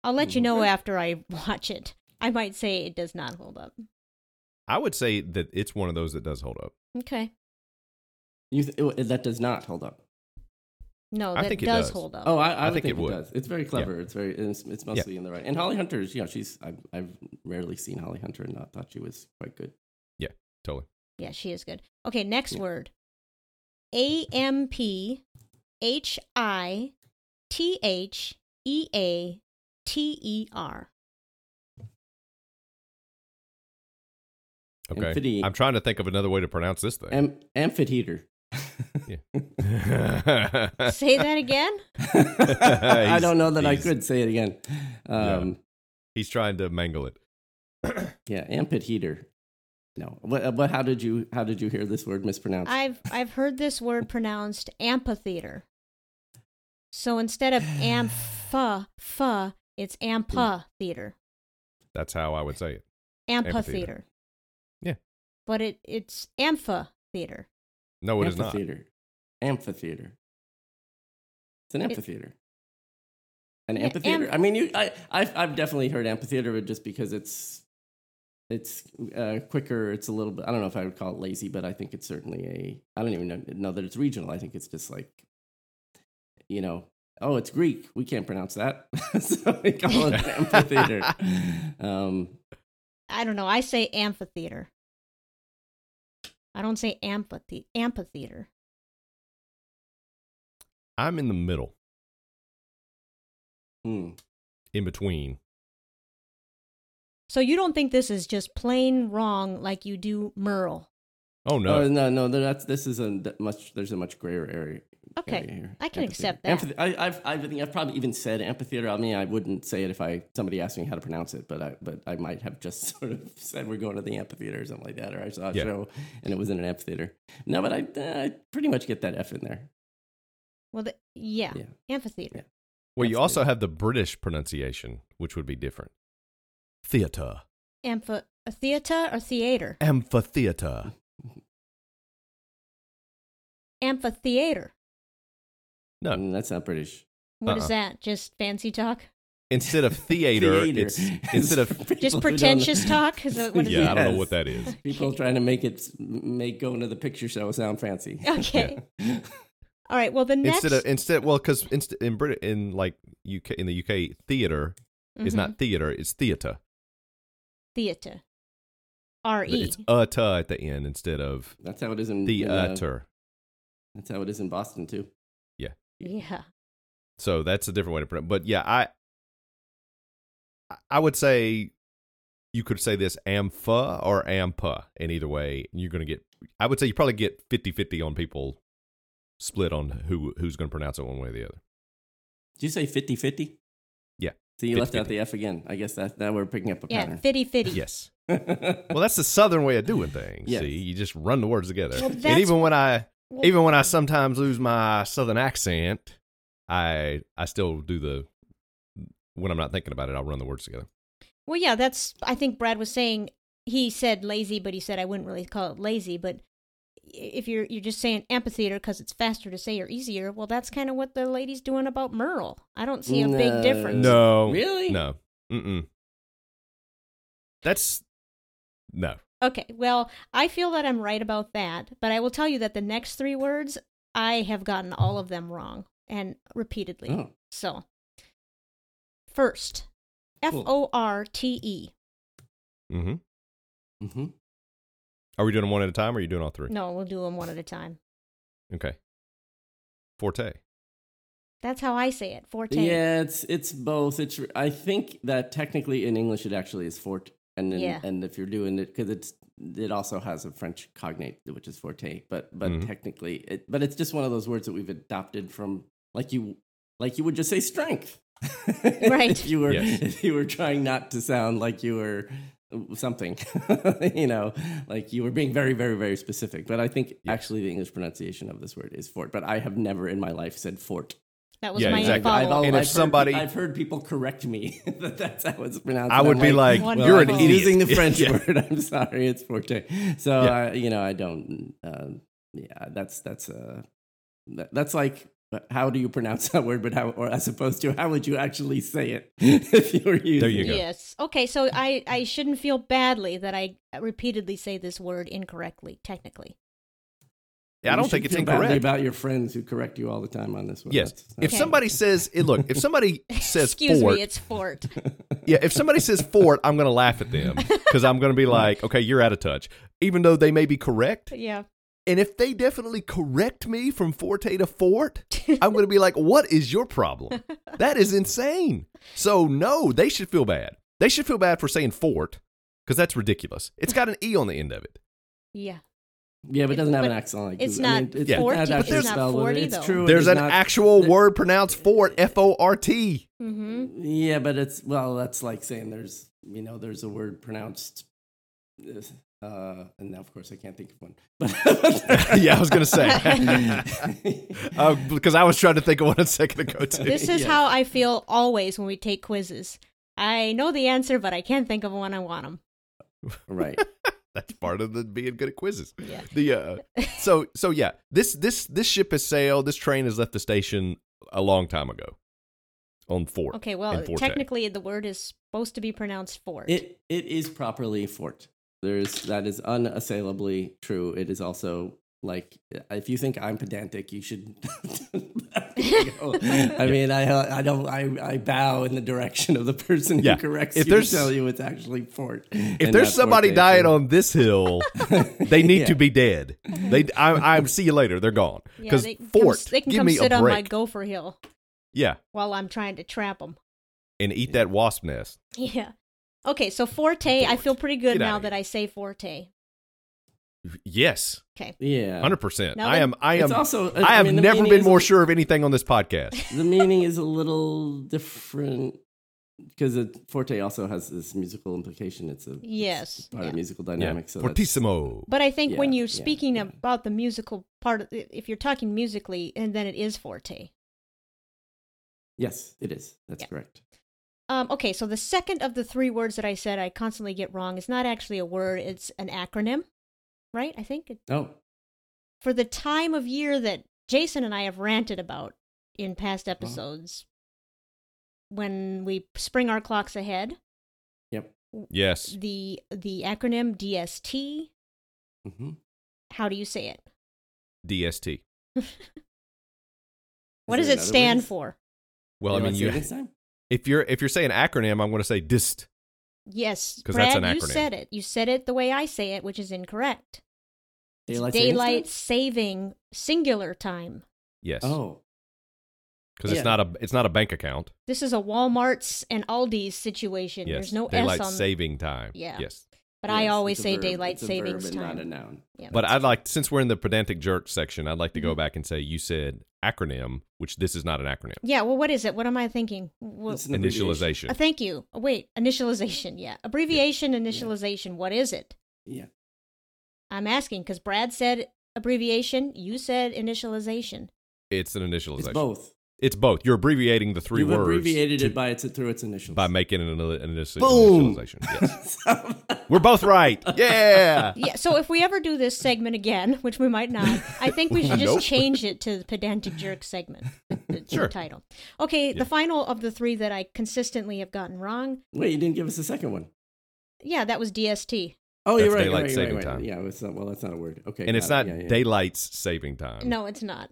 I'll let you know after I watch it. I might say it does not hold up.
I would say that it's one of those that does hold up.
Okay.
You th- it- that does not hold up.
No,
I
that
think it
does,
does.
hold up.
Oh, I, I, would
think
think,
it
it,
would.
does. It's very clever. It's very, it's, it's mostly in the right. And Holly Hunter's, you know, she's, I've, I've rarely seen Holly Hunter and not thought she was quite good.
Totally.
Yeah, she is good. Okay, next word. A M P H I T H E A T E R.
Okay.
Amphidi-
I'm trying to think of another way to pronounce this thing.
Am- amphitheater.
Say that again.
I
He's-
don't know that I
he's-
could say it again. Um,
He's trying to mangle it.
yeah. ampit heater. No. What, what? How did you? How did you hear this word mispronounced?
I've I've heard this word pronounced amphitheater. So instead of ampha fa, it's ampa theater.
That's how I would say it. Amphitheater.
Amphitheater.
Yeah.
But it it's ampha theater.
No, Oh, it is not.
amphitheater. Amphitheater. It's an
It-
amphitheater. An
Yeah,
amphitheater.
am-
I mean, you. I. I've, I've definitely heard amphitheater, but just because it's, it's uh, quicker. It's a little bit. I don't know if I would call it lazy, but I think it's certainly a. I don't even know, know that it's regional. I think it's just like, you know. Oh, it's Greek. We can't pronounce that, so we call it amphitheater. Um,
I don't know. I say amphitheater. I don't say amphithe- amphitheater.
I'm in the middle,
hmm.
in between.
So you don't think this is just plain wrong like you do Merle.
Oh
No,
no,
oh, no, no. That's this is a th- much. There's a much grayer area.
Okay,
area here.
I can
Amphitheater.
accept that.
Amphithe- I, I've, I think I've probably even said amphitheater. I mean, I wouldn't say it if I somebody asked me how to pronounce it, but I but I might have just sort of said we're going to the amphitheater or something like that, or I saw a
Yeah.
show and it was in an amphitheater. No, but I, uh, I pretty much get that F in there.
Well, the, yeah,
Yeah.
amphitheater.
Well, you
That's
also
good.
have the British pronunciation, which would be different. Theater.
Amphi- a theater or theater?
Amphitheater.
Amphitheater.
No.
Mm, that's not British.
What is
Uh-uh.
that? Just fancy talk?
Instead of theater, it's instead of
People who
Just
don't-
pretentious talk? Is that what is
Yeah, I
it?
don't know
Yes.
what that is.
People trying to make it make going to the picture show sound fancy.
Okay. All right. Well, the next.
Instead of instead well cuz inst- in Brit in like UK in the UK theater is
Mhm.
not theater, it's theater.
theater. R E.
It's a ta at the end instead of
That's how it is in in, uh,
theater.
That's how it is in Boston too.
Yeah.
So that's a different way to pronounce. But yeah, I I would say you could say this ampha or ampa, and either way, you're going to get. I would say you probably get 50-50 on people split on who who's going to pronounce it one way or the other.
Did you say 50 50?
Yeah,
So you left
50-50.
out the F again. I guess that now we're picking up a
Yeah.
pattern.
Fitty fitty.
Yes. well, that's the southern way of doing things.
Yes.
See, you just run the words together.
Well,
and
that's-
even when I
Well,
even when I sometimes lose my southern accent, I I still do the when I'm not thinking about it, I'll run the words together.
Well, yeah, that's. I think Brad was saying he said lazy, but he said I wouldn't really call it lazy. But if you're you're just saying amphitheater because it's faster to say or easier, well, that's kind of what the lady's doing about Merle. I don't see a big
No.
difference.
No.
Really?
Oh, No. Mm-mm. That's no.
Okay, well, I feel that I'm right about that, but I will tell you that the next three words I have gotten all of them wrong and repeatedly.
Oh.
So, first, F
Cool.
O R T E.
Mm-hmm.
hmm
Are we doing them one at a time, or are you doing all three?
No, we'll do them one at a time.
Okay. Forte.
That's how I say it. Forte.
Yeah, it's it's both. It's I think that technically in English it actually is fort, and then,
Yeah.
and if you're doing it because it's it also has a French cognate which is forte, but but
Mhm.
technically it but it's just one of those words that we've adopted from like you like you would just say strength,
Right.
if you were
Yes.
if you were trying not to sound like you were something you know like you were being very very very specific but i think actually the english pronunciation of this word is fort but i have never in my life said fort
That was
Yeah,
my
exactly.
follow-up.
al- And if
heard,
somebody-
I've heard people correct me that that's how it's pronounced.
I
and
would
I'm
be like,
Well,
"You're
I'm
an
I'm
idiot."
Using the French
Yeah.
word, I'm sorry, it's forte. So
Yeah.
I, you know, I don't. um yeah, that's that's uh, that, that's like. uh, How do you pronounce that word? But how, or as opposed to, how would you actually say it if you were using?
There you go.
Yes. Okay, so I, I shouldn't feel badly that I repeatedly say this word incorrectly, technically.
Yeah, I don't think it's incorrect.
about your friends who correct you all the time on this one.
yes.
That's- uh,
If
Okay.
somebody says it, look. If somebody says
Excuse
fort,
me, it's fort.
yeah. If somebody says fort, I'm gonna laugh at them because I'm gonna be like, okay, you're out of touch, even though they may be correct.
yeah.
And if they definitely correct me from forte to fort, I'm gonna be like, what is your problem? That is insane. So no, they should feel bad. They should feel bad for saying fort because that's ridiculous. It's got an e on the end of it.
Yeah.
Yeah, but it doesn't have
But
an accent like
it's
I
not
mean, it's
Yeah.
not
forky, but
actually
there's not
spelled with it.
40
It's
though.
true. it
There's
is
an
not-
actual
there-
word pronounced fort, F O R T.
Mm-hmm.
Yeah, but it's well, that's like saying there's you know there's a word pronounced, uh, and now of course I can't think of one. But
yeah, I was gonna say uh, because I was trying to think of one a second ago too.
This is
Yes.
how I feel always when we take quizzes. I know the answer, but I can't think of when I want them.
right,
That's part of the being good at quizzes.
Yeah.
The uh, so so yeah, this this this ship has sailed. This train has left the station a long time ago. On fort.
Okay, well,
and forte.
technically the word is supposed to be pronounced fort.
it it is properly fort. There is that is unassailably true. It is also like if you think I'm pedantic, you should. I mean, I I don't I, I bow in the direction of the person who
Yeah.
corrects
If
you
there's-
to tell you it's actually fort.
If there's somebody dying on this hill, they need to be dead. They, I, I'm see you later. They're gone.
Yeah,
Because
they can come-
fort,
they can
give
come
me
sit
a
on
break.
my gopher hill
yeah,
while I'm trying to trap them.
and eat that wasp nest.
Yeah. Okay, so forte, I feel pretty good
Get
now
outta
that I say forte.
Yes,
Okay.
yeah,
hundred percent.
Now
I
then-
am. I am.
It's also-
I
I
have
mean, the
never
meaning
been
is-
more sure of anything on this podcast.
the meaning is a little different because forte also has this musical implication. It's a it's
Yes,
part
yeah.
of musical
Yeah.
dynamics. So that's-
Fortissimo.
But I think when
Yeah,
you're
yeah,
speaking
yeah.
about the musical part, of, if you're talking musically, and then it is forte.
yes, it is. That's
Yeah.
correct.
Um, okay, so the second of the three words that I said I constantly get wrong is not actually a word; it's an acronym, right? I think it-
Oh,
for the time of year that Jason and I have ranted about in past episodes, when we spring our clocks ahead,
yep.
Yes.
the the acronym DST.
hmm
How do you say it?
DST.
What
Is
does
there
it
another
stand
word?
for?
Well, I
wanna
mean,
say it
you,
this time?
if you're if you're saying acronym, I'm going to say DIST.
Yes,
'Cause
Brad,
that's an
you
acronym.
said it. You said it the way I say it, which is incorrect. It's
Daylight savings
daylight
time?
saving singular time.
Yes.
Oh,
Because
yeah.
it's not a it's not a bank account.
This is a Walmart's and Aldi's situation.
yes.
There's no
daylight
S on
saving time.
Yeah.
Yes.
but I
yes,
always
it's a
say
verb.
daylight
It's a verb
savings
and
time.
Not a noun.
Yeah.
But I'd like since we're in the pedantic jerk section, I'd like to
Mm-hmm.
go back and say you said acronym, which this is not an acronym.
yeah, well what is it? What am I thinking? Well,
It's an abbreviation.
Initialization.
uh, thank you. Oh, wait, initialization. Yeah. Abbreviation initialization. What is it?
Yeah.
I'm asking cuz Brad said abbreviation, you said initialization.
It's an initialization.
It's both.
It's both. You're abbreviating the 3
You've
words
abbreviated it by its through its initials.
by making an, initial- an initial-
Boom!
initialization. Yes. We're both right. Yeah.
Yeah, so if we ever do this segment again, which we might not, I think we should just
Nope.
change it to the pedantic jerk segment. The,
Sure.
the title. Okay,
Yeah.
the final of the three that I consistently have gotten wrong.
Wait, you didn't give us the second one.
Yeah, that was DST.
Oh,
That's
you're right.
daylight
right,
saving
right, right.
time.
Yeah, it's not, well, that's not a word. Okay,
And it's
got
not
it. Yeah, yeah.
daylight's saving time.
No, it's not.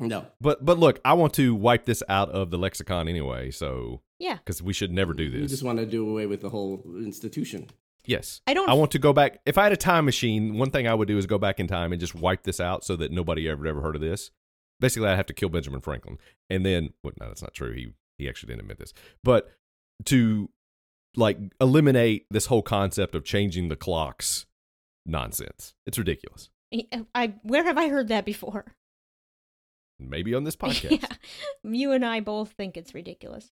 No,
But but look, I want to wipe this out of the lexicon anyway, so
Yeah.
because we should never do
you
this.
just want to do away with the whole institution.
yes,
I don't-
I want to go back. If I had a time machine, one thing I would do is go back in time and just wipe this out so that nobody ever ever heard of this. Basically, I'd have to kill Benjamin Franklin, and then well, no, that's not true. He he actually didn't admit this, but to like eliminate this whole concept of changing the clocks nonsense. It's ridiculous.
uh, I where have I heard that before?
Maybe on this podcast.
yeah. You and I both think it's ridiculous.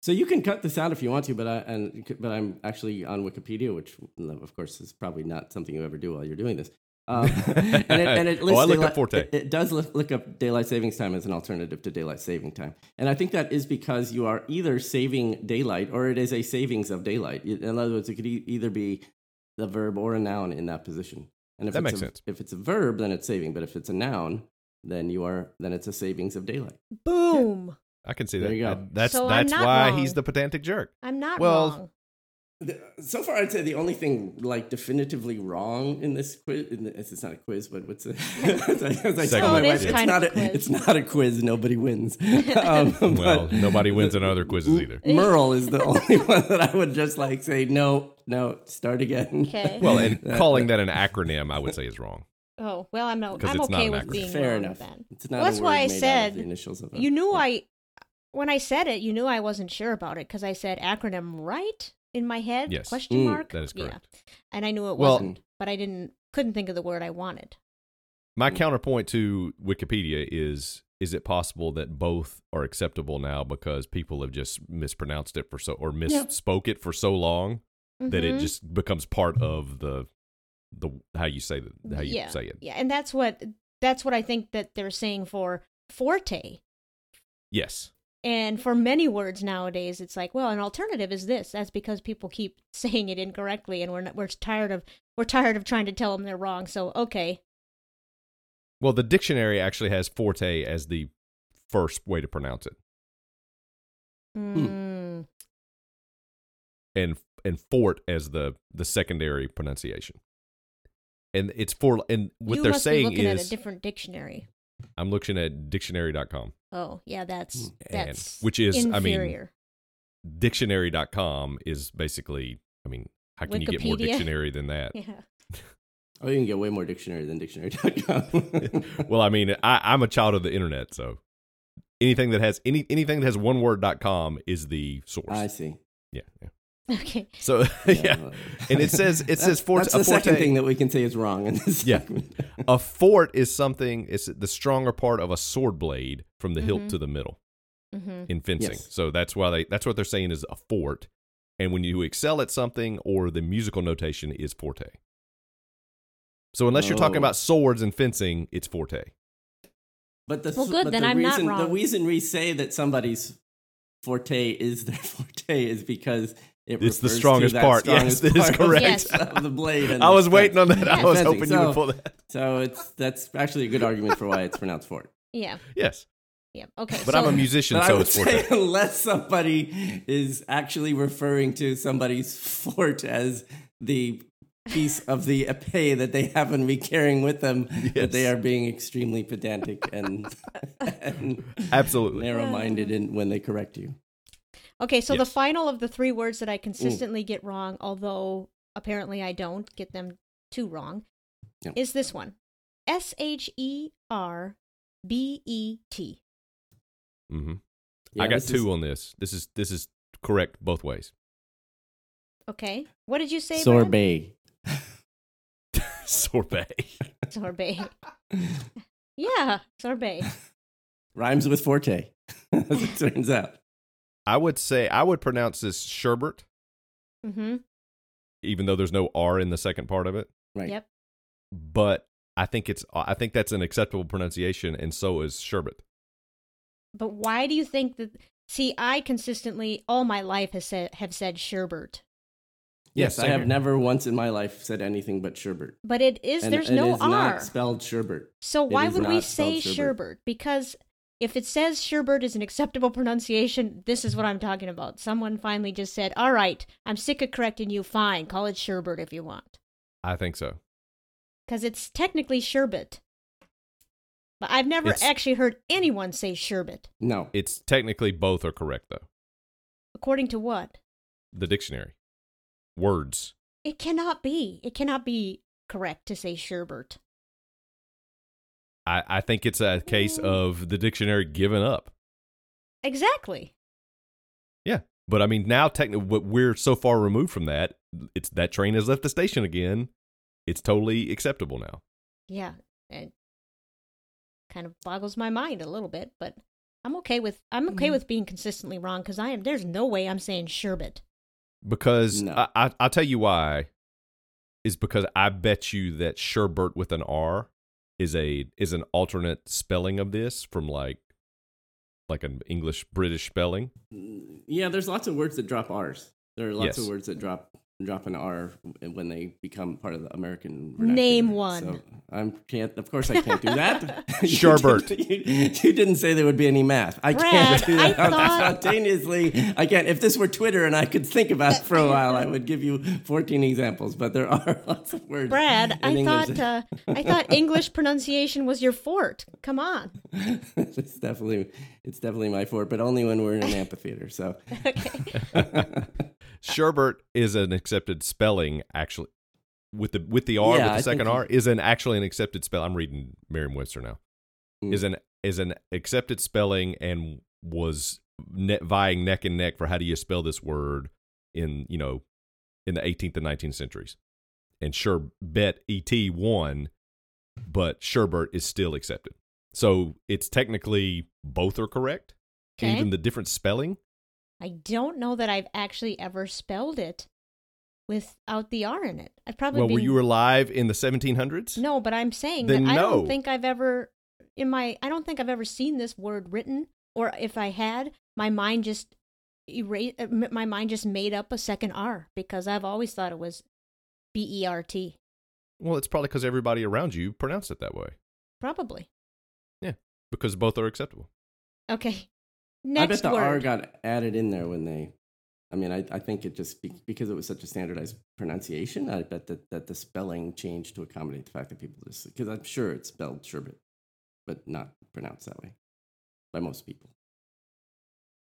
So you can cut this out if you want to, but I and but I'm actually on Wikipedia, which mm, of course is probably not something you ever do while you're doing this. Um, and it, and it
Oh, I
lists
looked up
daylight-
Forte.
It, it does look, look up daylight savings time as an alternative to daylight saving time, and I think that is because you are either saving daylight or it is a savings of daylight. In other words, it could e- either be the verb or a noun in that position. And if
That
it's
makes
a,
sense.
If it's a verb, then it's saving. But if it's a noun, then you are then it's a savings of daylight.
Boom.
I can see
There
that.
you go.
That- That's
So I'm
that's
not
why
wrong.
he's the pedantic jerk.
I'm not
Well,
wrong.
The- so far, I'd say the only thing like definitively wrong in this quiz. In the, it's not a quiz, but what's it? it's like- it's like
Segment.
telling
Oh, it
my
is
wife, it's
kind of
not
a
a
quiz.
It's not a quiz. Nobody wins. Um,
Well,
but
nobody wins in other quizzes either.
Merle is the only one that I would just like say no, no, start again.
Okay.
Well, and calling that an acronym, I would say, is wrong.
oh, well, I'm no,
'Cause
I'm
it's not
okay
an
with
acronym.
being
fair
wrong
enough.
with that.
It's not.
Well, that's
a word
why I
made out of
said
the initials of a-
You knew I, when I said it, you knew I wasn't sure about it because I said acronym right in my head.
Yes.
Question
Mm,
mark.
That is correct.
Yeah. And I knew it
Well-
wasn't, but I didn't couldn't think of the word I wanted.
My counterpoint to Wikipedia is is it possible that both are acceptable now because people have just mispronounced it for so or misspoke it for so long that it
Mhm.
just becomes part of the the how you say the, how you
yeah.
say it.
Yeah, and that's what that's what I think that they're saying for forte.
Yes.
And for many words nowadays, it's like, well, an alternative is this. That's because people keep saying it incorrectly, and we're not, we're tired of we're tired of trying to tell them they're wrong. So okay,
Well, the dictionary actually has forte as the first way to pronounce it, Hmm.
mm,
and and fort as the the secondary pronunciation. And it's for and what
you
they're
must
saying
be looking
is
at a different dictionary.
I'm looking at dictionary.com.
Oh yeah, that's
Mm.
Hmm. And-
that's
which is, I mean,
inferior.
dictionary.com is basically i mean how can you get more
Wikipedia.
dictionary than that
yeah.
Oh, you can get way more dictionary than dictionary.com.
well i mean I, i'm a child of the internet so anything that has any anything that has one word.com is the source
I see.
yeah, yeah
Okay.
so yeah,
well,
and it says it says fort
That's
a
the second
forte-
thing that we can say is wrong in this
Yeah.
segment.
a fort is something it's the stronger part of a sword blade from the hilt
Mhm.
to the middle
hmm
in fencing.
Yes.
So that's why they that's what they're saying is a fort. And when you excel at something or the musical notation is forte. So unless you're talking
Oh.
about swords and fencing, it's forte.
But the
Well, good,
but
then
the
I'm not
reason, The
wrong.
reason we say that somebody's forte is their forte is because it
It's the
refers to
strongest
that
part. Yes,
Strongest
that is
part of
correct.
the-
Yes.
Of the blade. and
I
the
was
fence.
wending on that. I
Yeah.
was
Fencing.
hoping you
So-
would pull that.
So it's that's actually a good argument for why it's pronounced fort.
Yeah.
Yes.
Yeah. Okay.
But
so,
I'm a musician,
But I
so
would
it's forte.
say unless somebody is actually referring to somebody's fort as the piece of the epee that they happen to be carrying with them, that they
Yes.
are being extremely pedantic and, and
Absolutely.
narrow-minded in, when they correct you.
Okay, so the
Yes.
final of the three words that I consistently get wrong, although apparently I don't get them too wrong,
Yeah.
is this one S H E R B E T.
hmm
Yeah,
I got
this
two
is-
on this. This is this is correct both ways.
Okay. What did you say? Brad?
sorbet.
Sorbet.
Sorbet. yeah, sorbet.
Rhymes with forte, as it turns out.
I would say I would pronounce this sherbet,
Mm-hmm.
even though there's no R in the second part of it.
Right.
Yep.
But I think it's I think that's an acceptable pronunciation, and so is sherbet.
But why do you think that? See, I consistently all my life has said have said sherbert,
Yes,
Yeah,
I
same
have
here.
never once in my life said anything but sherbert.
but it is
And
there's
it
no
is
R.
not spelled sherbert.
So
It
why
is
would we
not
say
spelled Sherbert.
sherbert? Because if it says sherbert is an acceptable pronunciation, this is what I'm talking about. Someone finally just said, "All right, I'm sick of correcting you. Fine, call it sherbert if you want,"
I think so.
because it's technically sherbet. But I've never
It's-
actually heard anyone say sherbet.
No.
It's technically both are correct though.
According to what?
The dictionary. Words.
It cannot be. It cannot be correct to say sherbert.
I, I think it's a case of the dictionary giving up.
Exactly.
Yeah. But I mean now technically what we're so far removed from that, it's that train has left the station again. It's totally acceptable now.
Yeah. It kind of boggles my mind a little bit, but I'm okay with I'm okay
Mm-hmm.
with being consistently wrong because I am there's no way I'm saying sherbet.
Because
No.
I, I I'll tell you why. Is because I bet you that sherbert with an R is a is an alternate spelling of this from like like an English British spelling.
Yeah, there's lots of words that drop R's. There are
Yes.
lots of words that drop drop an R when they become part of the American vernacular.
Name one.
So I can't. Of course, I can't do that. You
Sherbert.
didn't- You, you didn't say there would be any math. I
Brad,
can't do that
I thought-
spontaneously. I can't. If this were Twitter and I could think about it for a while, I would give you 14 examples. But there are lots of words.
Brad,
in
I thought
English
uh, I thought English pronunciation was your fort. Come on.
it's definitely it's definitely my fort, but only when we're in an amphitheater. So
Sherbert is an accepted spelling, actually. With the with the R,
Yeah,
with
I
the
think
second
you-
R, is an actually an accepted spell. I'm reading Merriam-Webster now.
Mm.
Is an is an accepted spelling and was ne- vying neck and neck for how do you spell this word in you know in the 18th and 19th centuries, and sure bet ET won, but Sherbert is still accepted. So it's technically both are correct,
Okay.
even the different spelling.
I don't know that I've actually ever spelled it without the R in it. I've probably
well,
been,
were you alive in the 1700s?
no, but I'm saying
Then
that I
no.
don't think I've ever in my I don't think I've ever seen this word written, or if I had, my mind just erased. My mind just made up a second R because I've always thought it was B E R T.
Well, it's probably because everybody around you pronounced it that way.
Probably
Yeah, because both are acceptable.
okay. Next
I bet the
word.
R got added in there when they. I mean, I, I think it just be- because it was such a standardized pronunciation. I bet that, that the spelling changed to accommodate the fact that people just because I'm sure it's spelled sherbet, but not pronounced that way by most people.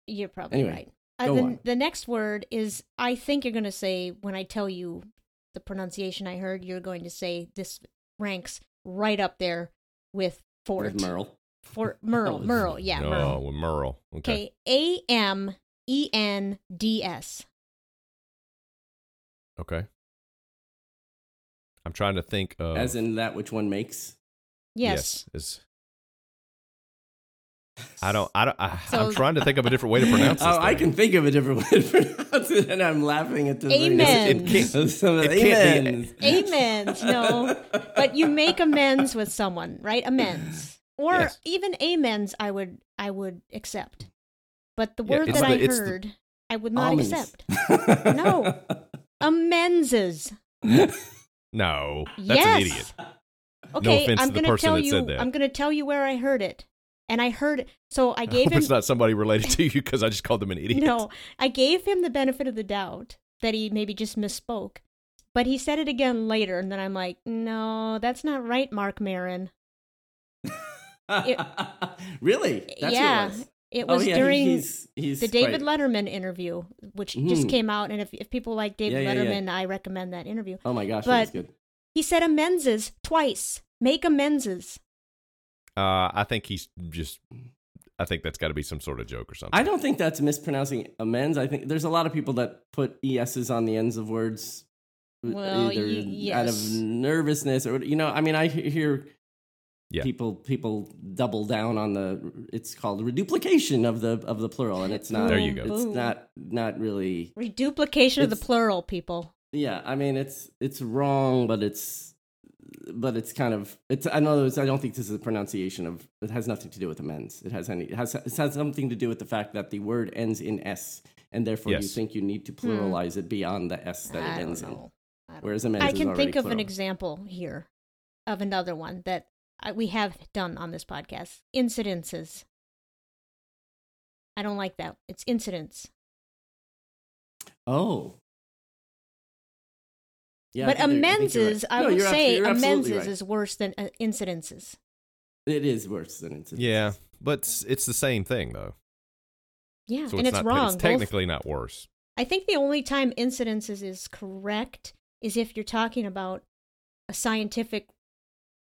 You're probably
Anyway,
right. Uh,
go
the,
on.
the next word is I think you're going to say when I tell you the pronunciation I heard, you're going to say this ranks right up there with Fort.
With Merle.
Fort Merle.
was-
Merle. Yeah.
oh,
Merle.
well, Merle. Okay.
Okay. A M E N D S.
Okay. I'm trying to think of
as in that which one makes.
Yes.
is I don't. I don't. I,
So-
I'm trying to think of a different way to pronounce this.
Oh, I
thing.
can think of a different way to pronounce it, and I'm laughing at the
Amen.
It can't-
Some of the
it can't be-
amens.
Amends. No. But you make amends with someone, right? Amends. Or
Yes.
even amends I would I would accept. But the
Yeah,
word
it's
that
the-
I
it's the-
heard I would not
Almonds.
accept. No. Amendses.
No, that's
yes.
an idiot.
Okay,
offense
I'm
to the
gonna
person
tell
that
you.
said that.
I'm gonna tell you where I heard it, and I heard. So I
I
gave
hope
him
it's not somebody related to you because I just called them an idiot.
no. I gave him the benefit of the doubt that he maybe just misspoke, but he said it again later, and then I'm like, no, that's not right, Mark Marin.
really? That's
yeah,
What it was.
it
Oh,
was
yeah, he-
during
he's, he's
the David
right.
Letterman interview, which
Mm.
just came out, and if if people like David
Yeah, yeah, yeah.
Letterman, I recommend that interview.
Oh my gosh,
But-
that's good.
He said amendses twice. Make amendses.
Uh, I think he's just. I think that's got to be some sort of joke or something.
I don't think that's mispronouncing amends. I think there's a lot of people that put es's on the ends of words, uh,
Well,
either
y-
out of
yes.
nervousness or you know. I mean, I he- hear
Yeah.
people people double down on the. It's called reduplication of the of the plural, and it's not.
There you go.
It's
Boom.
not not really.
Reduplication of the
It's-
plural, people.
Yeah, I mean, it's it's wrong, but it's but it's kind of it's. I know it's, I don't think this is a pronunciation of. It has nothing to do with amends. It has any. It has it has something to do with the fact that the word ends in s, and therefore you
Yes.
think you need to pluralize it beyond the s that
Hmm. I
it
don't
ends in.
know. I don't-
Whereas amends
I
is
can
already
think of an
plural.
example here of another one that I, we have done on this podcast incidences. I don't like that. It's incidents.
Oh. Yeah, I
but
think you're- I think you're right.
amenses, I
No,
would
you're abso-
say
you're absolutely
amenses
right.
is worse than uh, incidences.
It is worse than incidents.
Yeah, but it's, it's the same thing though.
Yeah,
So
and
it's,
it's,
not.
wrong.
It's
Both-
technically not worse.
I think the only time incidences is correct is if you're talking about a scientific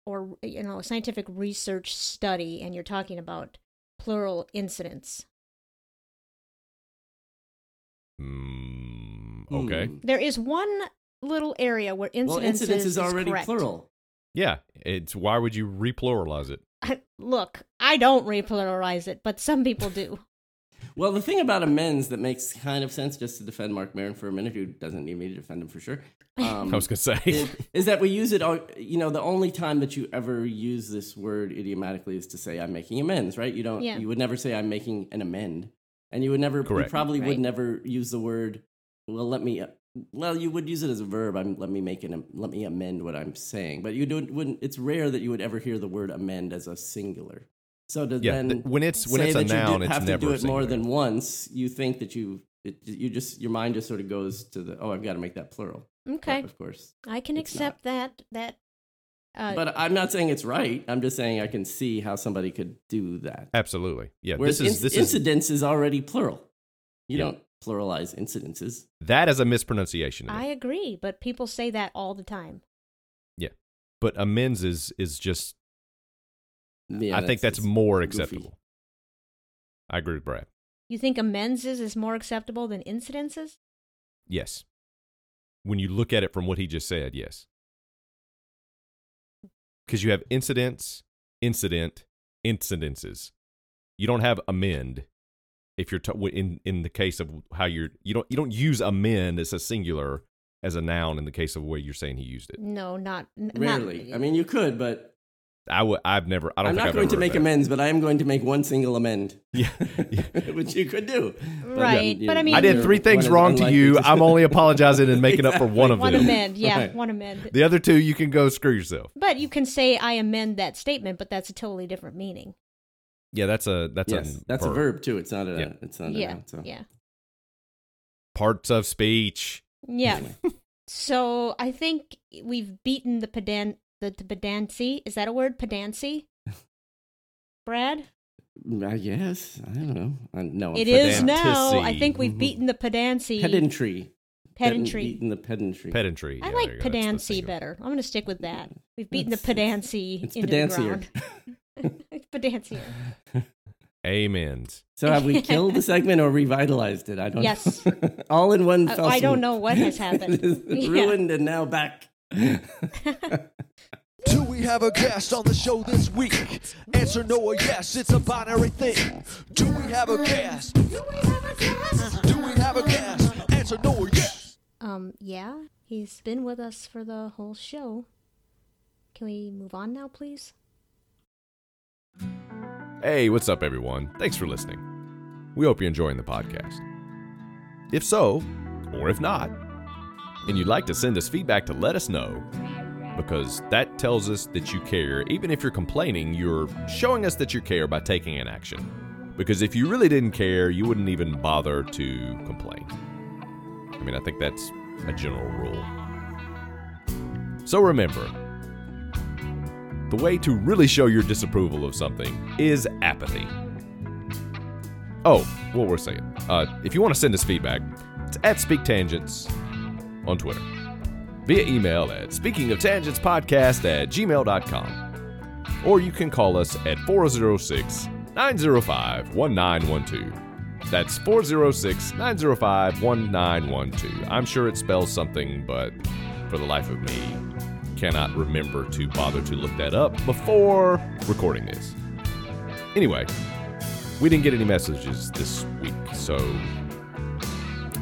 or you know a scientific research study and you're talking about plural incidents.
Mm, okay.
Hmm.
There is one little area where incidences
Well, incidents is already
correct.
plural.
Yeah. It's why would you repluralize it?
I- look, I don't repluralize it, but some people do.
Well, the thing about amends that makes kind of sense, just to defend Mark Maron for a minute, who doesn't need me to defend him for sure, um,
I was gonna say.
is, is that we use it, all, you know, the only time that you ever use this word idiomatically is to say, I'm making amends, right? You don't,
Yeah.
you would never say, I'm making an amend. And you would never,
Correct.
you probably
Right.
would never use the word, well, let me, well, you would use it as a verb. I'm, let me make an, let me amend what I'm saying. But you don't, wouldn't, it's rare that you would ever hear the word amend as a singular. So to
yeah.
then
th- when it's when
say
it's a
that you
noun,
do
it's
have
never
to do it more
singular.
than once, you think that you it, you just your mind just sort of goes to the oh I've got to make that plural.
Okay,
But of course.
I can
It's
accept that. That. Uh,
but I'm not saying it's right. I'm just saying I can see how somebody could do that.
Absolutely. Yeah.
Whereas
this is
inc-
this is
incidents is, already plural. You
Yeah.
don't pluralize incidences.
that is a mispronunciation. to me.
I agree, but people say that all the time.
but amends is is just
Yeah,
I think that's
it's
more
goofy.
acceptable. I agree with Brad.
You think amendses is more acceptable than incidences?
Yes. When you look at it from what he just said, yes. because you have incidents, incident, incidences. You don't have amend. If you're t- in in the case of how you're you don't you don't use amend as a singular as a noun in the case of where you're saying he used it.
No, not n- not-
Rarely. I mean, you could, but
I would I've never I
I
don't
am
think
not
I've
going
ever
to make
read that.
amends, but I am going to make one single amend,
Yeah.
which you could do. But,
Right, but I mean-
I did three things
one is
wrong to
unlikely
you. I'm only apologizing and making up for one of
One
them.
amend, yeah,
Right.
one amend.
The other two you can go screw yourself.
But you can say I amend that statement, but that's a totally different meaning.
Yeah, that's a that's
yes,
a
that's a verb too. It's not a.
Yeah.
It's not a.
yeah,
noun, so.
yeah,
Parts of speech.
yeah. So I think we've beaten the pedant the, the pedancy. Is that a word? Pedancy. Brad,
I guess I don't know. I,
Oh,
no, I'm
it
pedant-
is now. I
Pedanticy.
think we've
Mhm.
beaten the pedancy.
pedantry.
pedantry.
Beaten the pedantry.
Pedantry.
I
Yeah,
like
there you go. That's the Mm-hmm.
pedancy
singular.
better. I'm going to stick with that. We've beaten
It's-
the pedancy
it's
into the
pedancier.
ground. it's pedancier.
Amen.
So have we killed the segment or revitalized it? I don't.
Yes.
Know. All in one.
I-
fell
I don't
swoop.
know what has happened.
It is
Yeah.
Ruined and now back.
Do we have a guest on the show this week? Answer no or yes, it's a binary thing. Do we have a guest? Do we have a guest? Answer no or yes.
Um, yeah, he's been with us for the whole show. Can we move on now, please?
Hey, what's up, everyone? Thanks for listening. We hope you're enjoying the podcast. If so, or if not, and you'd like to send us feedback to let us know, because that tells us that you care. Even if you're complaining, you're showing us that you care by taking an action. Because if you really didn't care, you wouldn't even bother to complain. I mean, I think that's a general rule. So remember, the way to really show your disapproval of something is apathy. Oh, what we're saying. Uh, if you want to send us feedback, it's at SpeakTangents on Twitter. Via email at speakingoftangentspodcast at gmail.com. Or you can call us at 406 905 1912. That's 406 905 1912. I'm sure it spells something, but for the life of me, cannot remember to bother to look that up before recording this. Anyway, we didn't get any messages this week, so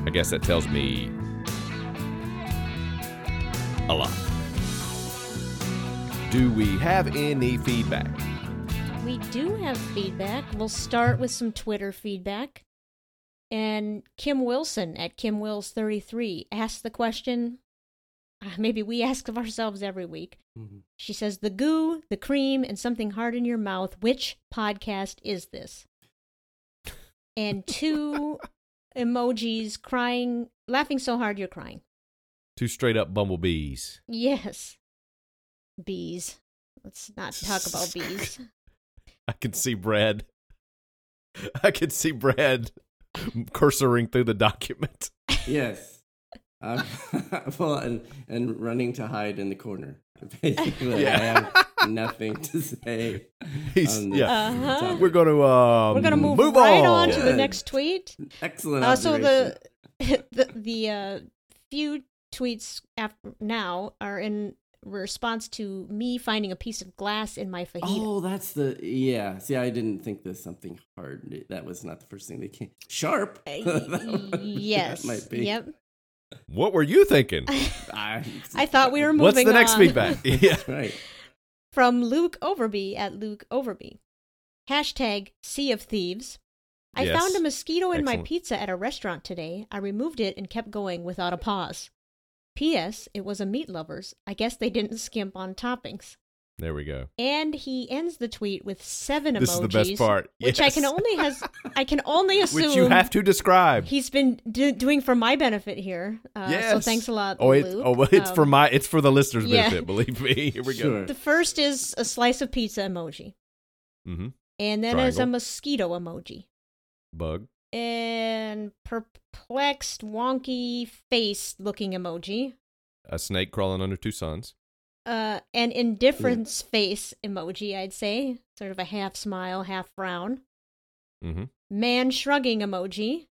I guess that tells me a lot. Do we have any feedback?
We do have feedback. We'll start with some Twitter feedback. And Kim Wilson at Kim Wills 33 asked the question uh, maybe we ask of ourselves every week. She says, The goo, the cream, and something hard in your mouth. Which podcast is this? And two emojis crying, laughing so hard you're crying.
Two straight up bumblebees.
Yes. Bees. Let's not talk about bees.
I can see Brad. I can see Brad cursoring through the document.
yes. Um, well, and and running to hide in the corner. Basically,
Yeah.
I have nothing to say.
He's-
on this
yeah.
Uh-huh.
topic.
We're going to um,
We're going to move, right on. to the
Yeah.
next tweet.
excellent.
Uh, so the
observation.
the, the uh, few tweets af now are in response to me finding a piece of glass in my fajita.
Oh, that's the yeah. See, I didn't think there's something hard. That was not the first thing they came. Sharp. That
Uh,
one-
yes.
That might be.
Yep.
What were you thinking?
I,
I thought we were moving
What's the next
on.
feedback? yeah.
right.
From Luke Overby at Luke Overby. Hashtag Sea of Thieves. I
Yes.
found a mosquito in my
Excellent.
pizza at a restaurant today. I removed it and kept going without a pause. P.S. It was a meat lover's. I guess they didn't skimp on toppings.
There we go.
And he ends the tweet with seven
This
emojis.
is the best part.
which I
Yes.
can only has I can only assume
Which you have to describe.
he's been do- doing for my benefit here. Uh,
yes.
So thanks a lot.
Oh, it,
Luke.
oh well, it's
Um,
for my it's for the listeners'
yeah.
benefit. Believe me. Here we
Sure.
The first is a slice of pizza emoji,
go. Mm-hmm.
and then there's a
Triangle.
mosquito emoji,
Bug.
and perplexed, wonky face looking emoji,
A snake crawling under two suns.
uh, an indifference face emoji. I'd say sort of a half smile, half frown,
Mm-hmm.
man shrugging emoji,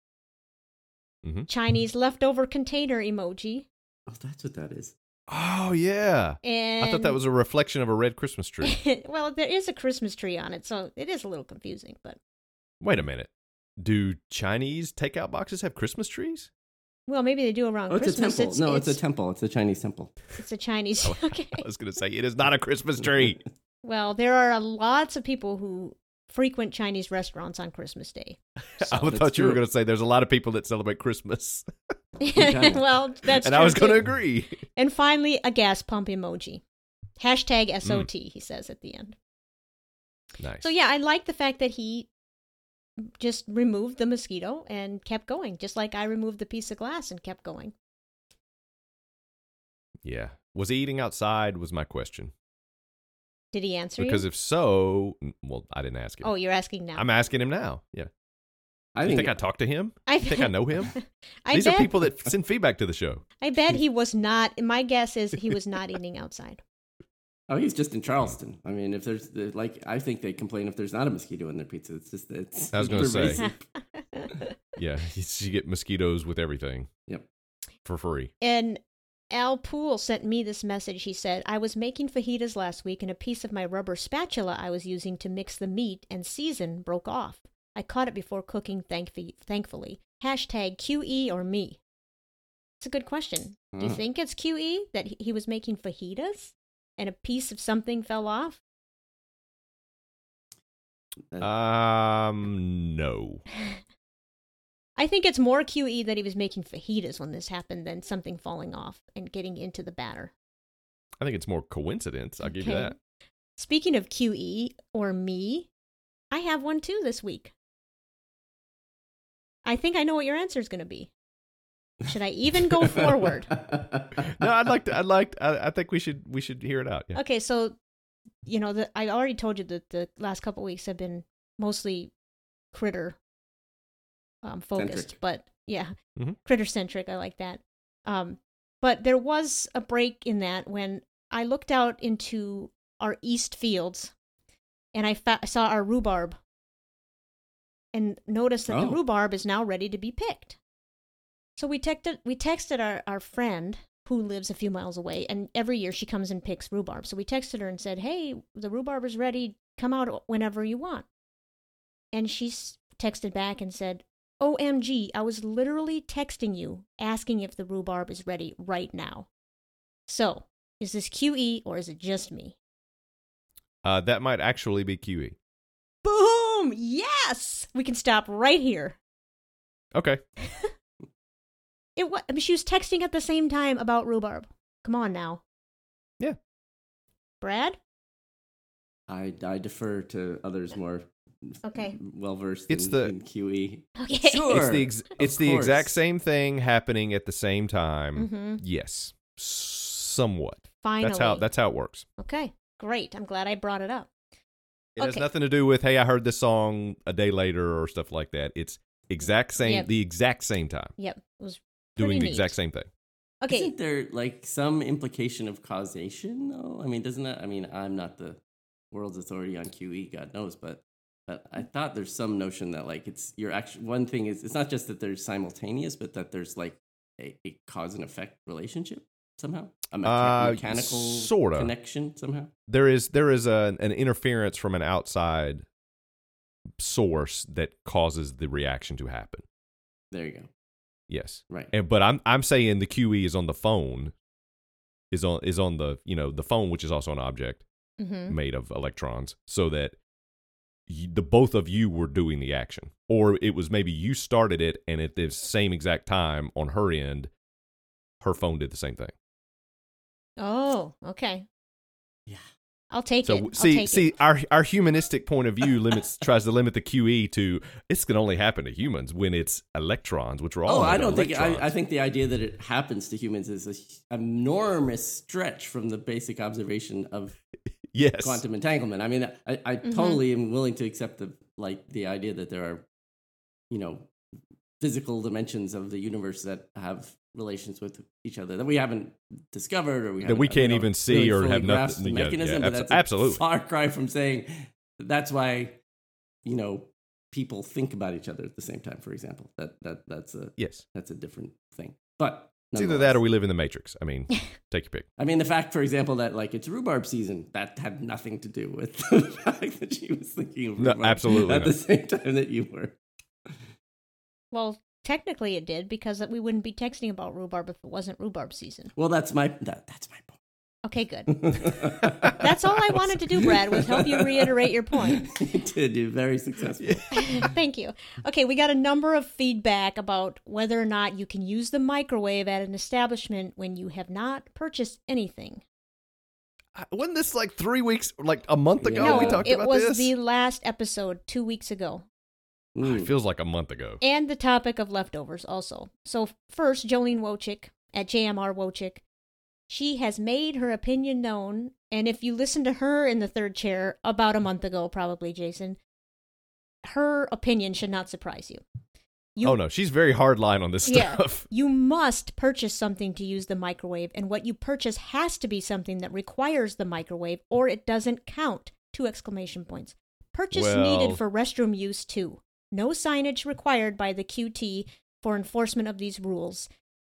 Mhm. Mm-hmm.
Chinese leftover container emoji.
Oh, that's what that is.
Oh yeah.
And
I thought that was a reflection of a red Christmas tree.
well, there is a Christmas tree on it, so it is a little confusing, but
Wait a minute. Do Chinese takeout boxes have Christmas trees?
well, maybe they do around
Oh, it's a
Christmas.
temple. no, it's, a temple. It's a Chinese temple.
It's a Chinese.
Oh.
Okay.
I was going to say it is not a Christmas tree.
Well, there are lots of people who frequent Chinese restaurants on Christmas Day.
I
That's
thought you were
true.
going to say there's a lot of people that celebrate Christmas,
China.
well, that's
and I was
true,
going to
too.
agree.
And finally, a gas pump emoji. Hashtag SOT, he says at the end.
Mm. Nice.
So, yeah, I like the fact that he just removed the mosquito and kept going, just like I removed the piece of glass and kept going.
yeah. Was he eating outside? Was my question.
Did he answer
Because
you?
if so, n- well, I didn't ask him.
oh, you're asking now.
I'm asking him now. Yeah.
I
You
think,
think I talked to him?
I-
I think I know him.
I
These
bet,
are people that send feedback to the show.
I bet he was not. My guess is he was not eating outside.
oh, he's just in Charleston. I mean, if there's the- like, I think they complain if there's not a mosquito in their pizza. It's just it's.
I was gonna say.
pervasive.
Yeah, you get mosquitoes with everything.
Yep.
For free.
And Al Poole sent me this message. He said, I was making fajitas last week and a piece of my rubber spatula I was using to mix the meat and season broke off. I caught it before cooking, thankf- thankfully. Hashtag QE or me. It's a good question. Do you
Hmm.
think it's QE that he- he was making fajitas and a piece of something fell off?
Uh,
That-
Um, no.
I think it's more QE that he was making fajitas when this happened than something falling off and getting into the batter.
I think it's more coincidence. I'll give you
Okay.
that.
Speaking of QE or me, I have one too this week. I think I know what your answer is going to be. Should I even go forward?
No, I'd like to. I'd like. I, I think we should. We should hear it out. Yeah.
Okay, so you know, the, I already told you that the last couple weeks have been mostly critter um, focused,
Centric.
but yeah,
Mhm.
critter centric. I like that. Um, but there was a break in that when I looked out into our east fields, and I fa- saw our rhubarb, and noticed that the
Oh.
rhubarb is now ready to be picked. So we texted we texted our, our friend who lives a few miles away, and every year she comes and picks rhubarb. So we texted her and said, "Hey, the rhubarb is ready. Come out whenever you want." And she s- texted back and said, "OMG, I was literally texting you asking if the rhubarb is ready right now." So is this QE or is it just me?
Uh, that might actually be E. QE.
Boom! Yes, we can stop right here.
Okay.
It was. I mean, she was texting at the same time about rhubarb. Come on now,
Yeah.
Brad.
I, I defer to others more
Okay.
well versed.
It's
in,
the-
in E. QE.
Okay.
Sure.
It's the ex-
Of
it's the
course.
exact same thing happening at the same time.
Mhm.
Yes. Somewhat.
Finally.
That's how that's how it works.
Okay. Great. I'm glad I brought it up.
It has
Okay.
nothing to do with hey, I heard this song a day later or stuff like that. It's exact same
Yep.
the exact same time
Yep. It was
doing
pretty
the
neat.
exact same thing.
Okay.
Isn't there like some implication of causation though? I mean, doesn't that? I mean, I'm not the world's authority on QE, God knows, but but I thought there's some notion that like it's you're actually one thing is it's not just that they're simultaneous, but that there's like a, a cause and effect relationship somehow, a mecha-
Uh,
mechanical
sorta.
connection somehow.
There is there is a, an interference from an outside source that causes the reaction to happen.
There you go.
Yes.
Right.
And, but I'm I'm saying the QE is on the phone, is on is on the you know the phone, which is also an object
Mm-hmm.
made of electrons, so that you, the both of you were doing the action, or it was maybe you started it, and at the same exact time on her end, her phone did the same thing.
Oh. Okay.
Yeah.
I'll take
so
it.
w-
I'll
see
take
see
It.
our our humanistic point of view limits tries to limit the QE to it's can only happen to humans when it's electrons, which are all
Oh, I
made of
don't think
electrons.
I, I think the idea that it happens to humans is an enormous stretch from the basic observation of
yes
quantum entanglement. I mean, I, I totally am willing to accept the like the idea that there are, you know, physical dimensions of the universe that have relations with each other that we haven't discovered or we
That we
haven't-
can't
don't
even see or
fully
have nothing-
grasp The
yeah, yeah,
mechanism, but
abso-
that's a
absolutely.
far cry from saying that's why, you know, people think about each other at the same time. For example, that that that's a
yes.
that's a different thing. But
It's either
nonetheless.
that or we live in the Matrix. I mean, take your pick.
I mean, the fact, for example, that like it's rhubarb season, that had nothing to do with the fact that she was thinking of
No,
rhubarb
absolutely
at
not.
the same time that you were.
Well, technically it did because we wouldn't be texting about rhubarb if it wasn't rhubarb season.
Well, that's my that, that's my point.
Okay, good. That's all I wanted to do, Brad, was help you reiterate your point.
you did. You're very successful.
Thank you. Okay, we got a number of feedback about whether or not you can use the microwave at an establishment when you have not purchased anything.
I- Wasn't this like three weeks, like a month ago?
No,
we talked
it
about
was
this.
the last episode two weeks ago,
Hmm.
it feels like a month ago.
and the topic of leftovers also. So first, Jolene Wojcik at JMR Wojcik, she has made her opinion known, and if you listen to her in the third chair about a month ago, probably Jason, her opinion should not surprise you. You
oh no, she's very hard line on this stuff.
You must purchase something to use the microwave, and what you purchase has to be something that requires the microwave or it doesn't count. Two exclamation points. Purchase
Well-
needed for restroom use too. No signage required by the QT for enforcement of these rules.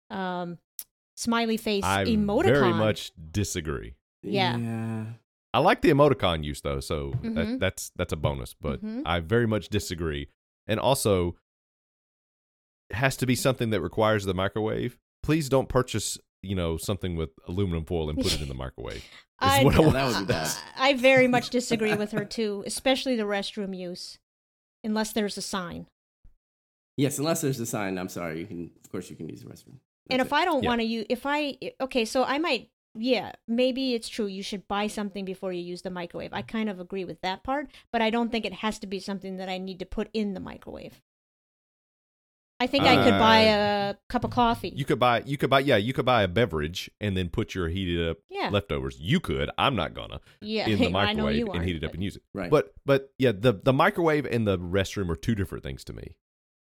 Um, smiley face
I
emoticon.
very much disagree.
Yeah.
I like the emoticon use though, so that,
Mhm.
that's that's a bonus. But
Mhm.
I very much disagree, and also it has to be something that requires the microwave. Please don't purchase, you know, something with aluminum foil and put it in the microwave.
I,
what I
Yeah, that would be bad.
I very much disagree with her too, especially the restroom use, unless there's a sign.
Yes, unless there's a sign. I'm sorry. You can, of course, you can use the restroom.
and
That's
if I don't
Yeah.
want to use, if I okay, so I might, yeah, maybe it's true. You should buy something before you use the microwave. I kind of agree with that part, but I don't think it has to be something that I need to put in the microwave. I think I could buy a cup of coffee.
Uh, You could buy, you could buy, yeah, you could buy a beverage and then put your heated up
Yeah.
leftovers. You could. I'm not gonna
yeah,
in the
I know
microwave
you
and heat it
aren't,
up and use it.
Right.
But but yeah, the the microwave and the restroom are two different things to me.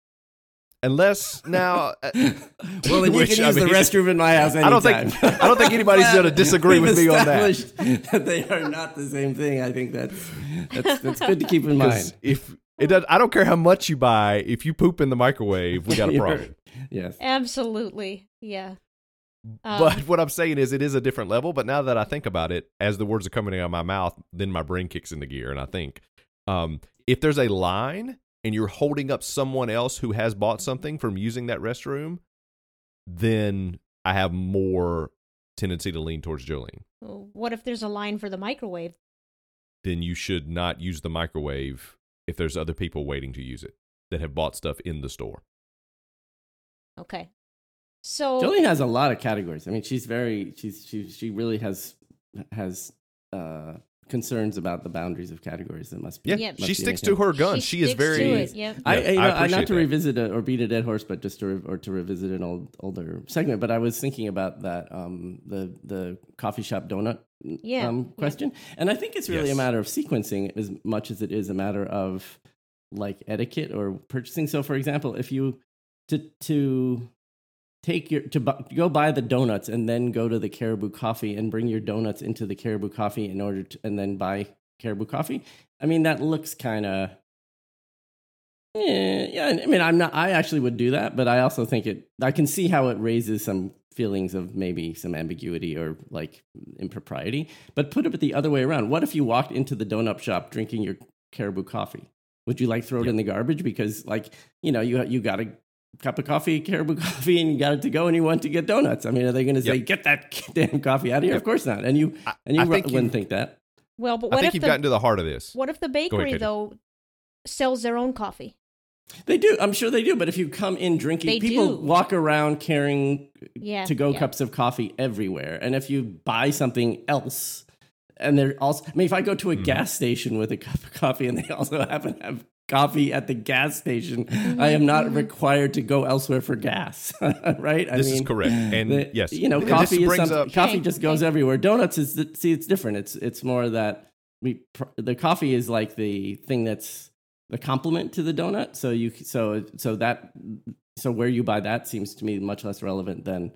Unless now, uh,
it. well, then you
Which,
can
I
use the
mean-
restroom in my house
I
anytime.
don't think I don't think anybody's going to disagree with me on that.
that. They are not the same thing. I think that's that's, that's good to keep in
'Cause
mind.
If it does, I don't care how much you buy. If you poop in the microwave, we got a
You're-
problem.
Yes.
Absolutely, yeah. Um,
but what I'm saying is, it is a different level. But now that I think about it, as the words are coming out of my mouth, then my brain kicks into gear, and I think, um, if there's a line and you're holding up someone else who has bought something from using that restroom, then I have more tendency to lean towards Jolene.
what if there's a line for the microwave?
Then you should not use the microwave if there's other people waiting to use it that have bought stuff in the store.
Okay, so
Jolene has a lot of categories. I mean, she's very she's she she really has has uh concerns about the boundaries of categories that must be.
Yeah,
Yeah.
must
she
be
sticks to
maintained.
her gun.
She
She, is
sticks to
very.
it, yep.
I,
Yeah,
I- you
I
know, I
appreciate
not to
that.
revisit a, or beat a dead horse, but just to re- or to revisit an old older segment. But I was thinking about that um, the the coffee shop donut
Yeah,
um,
yeah.
question, and I think it's really
Yes.
a matter of sequencing as much as it is a matter of like etiquette or purchasing. So, for example, if you to to take your to bu- go buy the donuts and then go to the Caribou Coffee and bring your donuts into the Caribou Coffee in order to, and then buy Caribou Coffee. I mean, that looks kind of. Yeah, yeah. I mean, I'm not. I actually would do that, but I also think it. I can see how it raises some feelings of maybe some ambiguity or like impropriety. But put it the other way around. What if you walked into the donut shop drinking your Caribou coffee? Would you like throw it in the garbage because like you know you you got a cup of coffee, Caribou coffee, and you got it to go, and you want to get donuts? I mean, are they going to say
Yep.
get that damn coffee out of here? Of course not. And you
I-
and you
I
ru-
think you-
wouldn't think that.
well,
I
but what
think
if
you've
the
gotten to the heart of this.
what if the bakery
Katie.
though sells their own coffee?
They do. I'm sure they do. But if you come in drinking,
They
people
do.
walk around carrying
Yeah,
to go
yeah.
cups of coffee everywhere. And if you buy something else, and they're also, I mean, if I go
Mm-hmm.
to a gas station with a cup of coffee and they also happen to have coffee at the gas station, I am not required to go elsewhere for gas, right? I
This is correct. And
the-
yes,
you know,
And this
coffee is
brings
something,
up-
coffee
Okay,
just goes
okay.
everywhere. Donuts is the, see, it's different. It's it's more that we pr- the coffee is like the thing that's the complement to the donut. So you so so that so where you buy that seems to me much less relevant than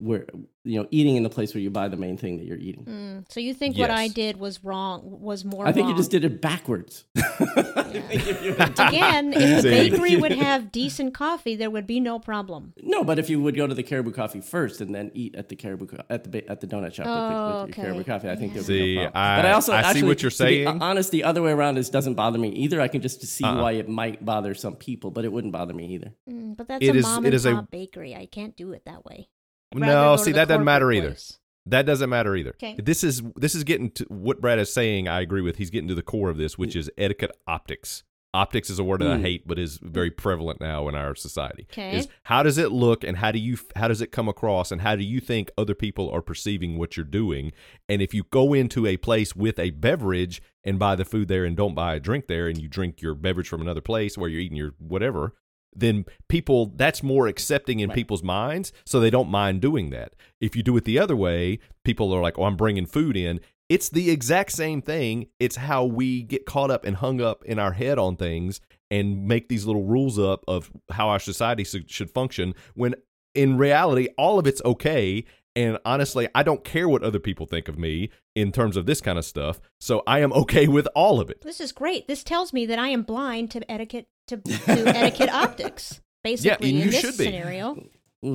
where you know eating in the place where you buy the main thing that you're eating.
Mm, So you think what
Yes.
I did was wrong? Was more?
I think you
wrong.
just did it backwards. I think if you had done-
Again, if the
See?
bakery would have decent coffee, there would be no problem.
no, but if you would go to the Caribou Coffee first and then eat at the Caribou co- at the ba- at the donut shop
Oh,
with, the, with
okay.
your Caribou Coffee, I think there would
See,
be no problem.
I-
but I also
I see
actually,
what you're
to be
saying. Uh-uh.
honest, the other way around is doesn't bother me either. I can just see why it might bother some people, but it wouldn't bother me either.
Mm, But that's
It
a
is-
mom
it
and
is a-
pop bakery. I can't do it that way.
No,
Rather go to
see
the
that doesn't
corporate
matter either.
place.
That doesn't matter either.
'Kay.
This is this is getting to what Brad is saying. I agree with. He's getting to the core of this, which is etiquette optics. Optics is a word that I
Mm.
hate, but is very prevalent now in our society.
'Kay.
Is how does it look, and how do you how does it come across, and how do you think other people are perceiving what you're doing? And if you go into a place with a beverage and buy the food there, and don't buy a drink there, and you drink your beverage from another place where you're eating your whatever, then people that's more accepting in people's minds so they don't mind doing that if you do it the other way people are like oh i'm bringing food in it's the exact same thing it's how we get caught up and hung up in our head on things and make these little rules up of how our society s- should function when in reality all of it's okay and honestly i don't care what other people think of me in terms of this kind of stuff so i am okay with all of it
This is great. This tells me that I am blind to etiquette to, to etiquette optics. Basically,
and
in
you
this
should be.
scenario,
Well,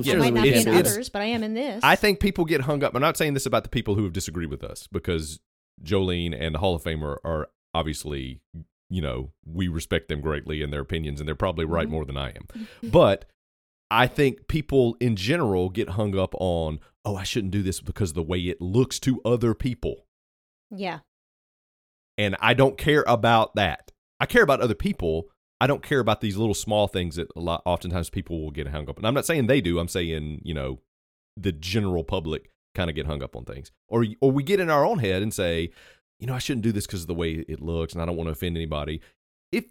Yeah,
I
certainly
might
we
not be
can't
it's-
in
do
it's-
that.
others, but I am in this.
I think people get hung up. I'm not saying this about the people who have disagreed with us because Jolene and the Hall of Famer are obviously, you know, we respect them greatly in their opinions, and they're probably right more than I am. But I think people in general get hung up on, oh, I shouldn't do this because of the way it looks to other people.
yeah.
And I don't care about that. I care about other people. I don't care about these little small things that a lot oftentimes people will get hung up. And I'm not saying they do. I'm saying, you know, the general public kind of get hung up on things or or we get in our own head and say you know I shouldn't do this because of the way it looks and I don't want to offend anybody if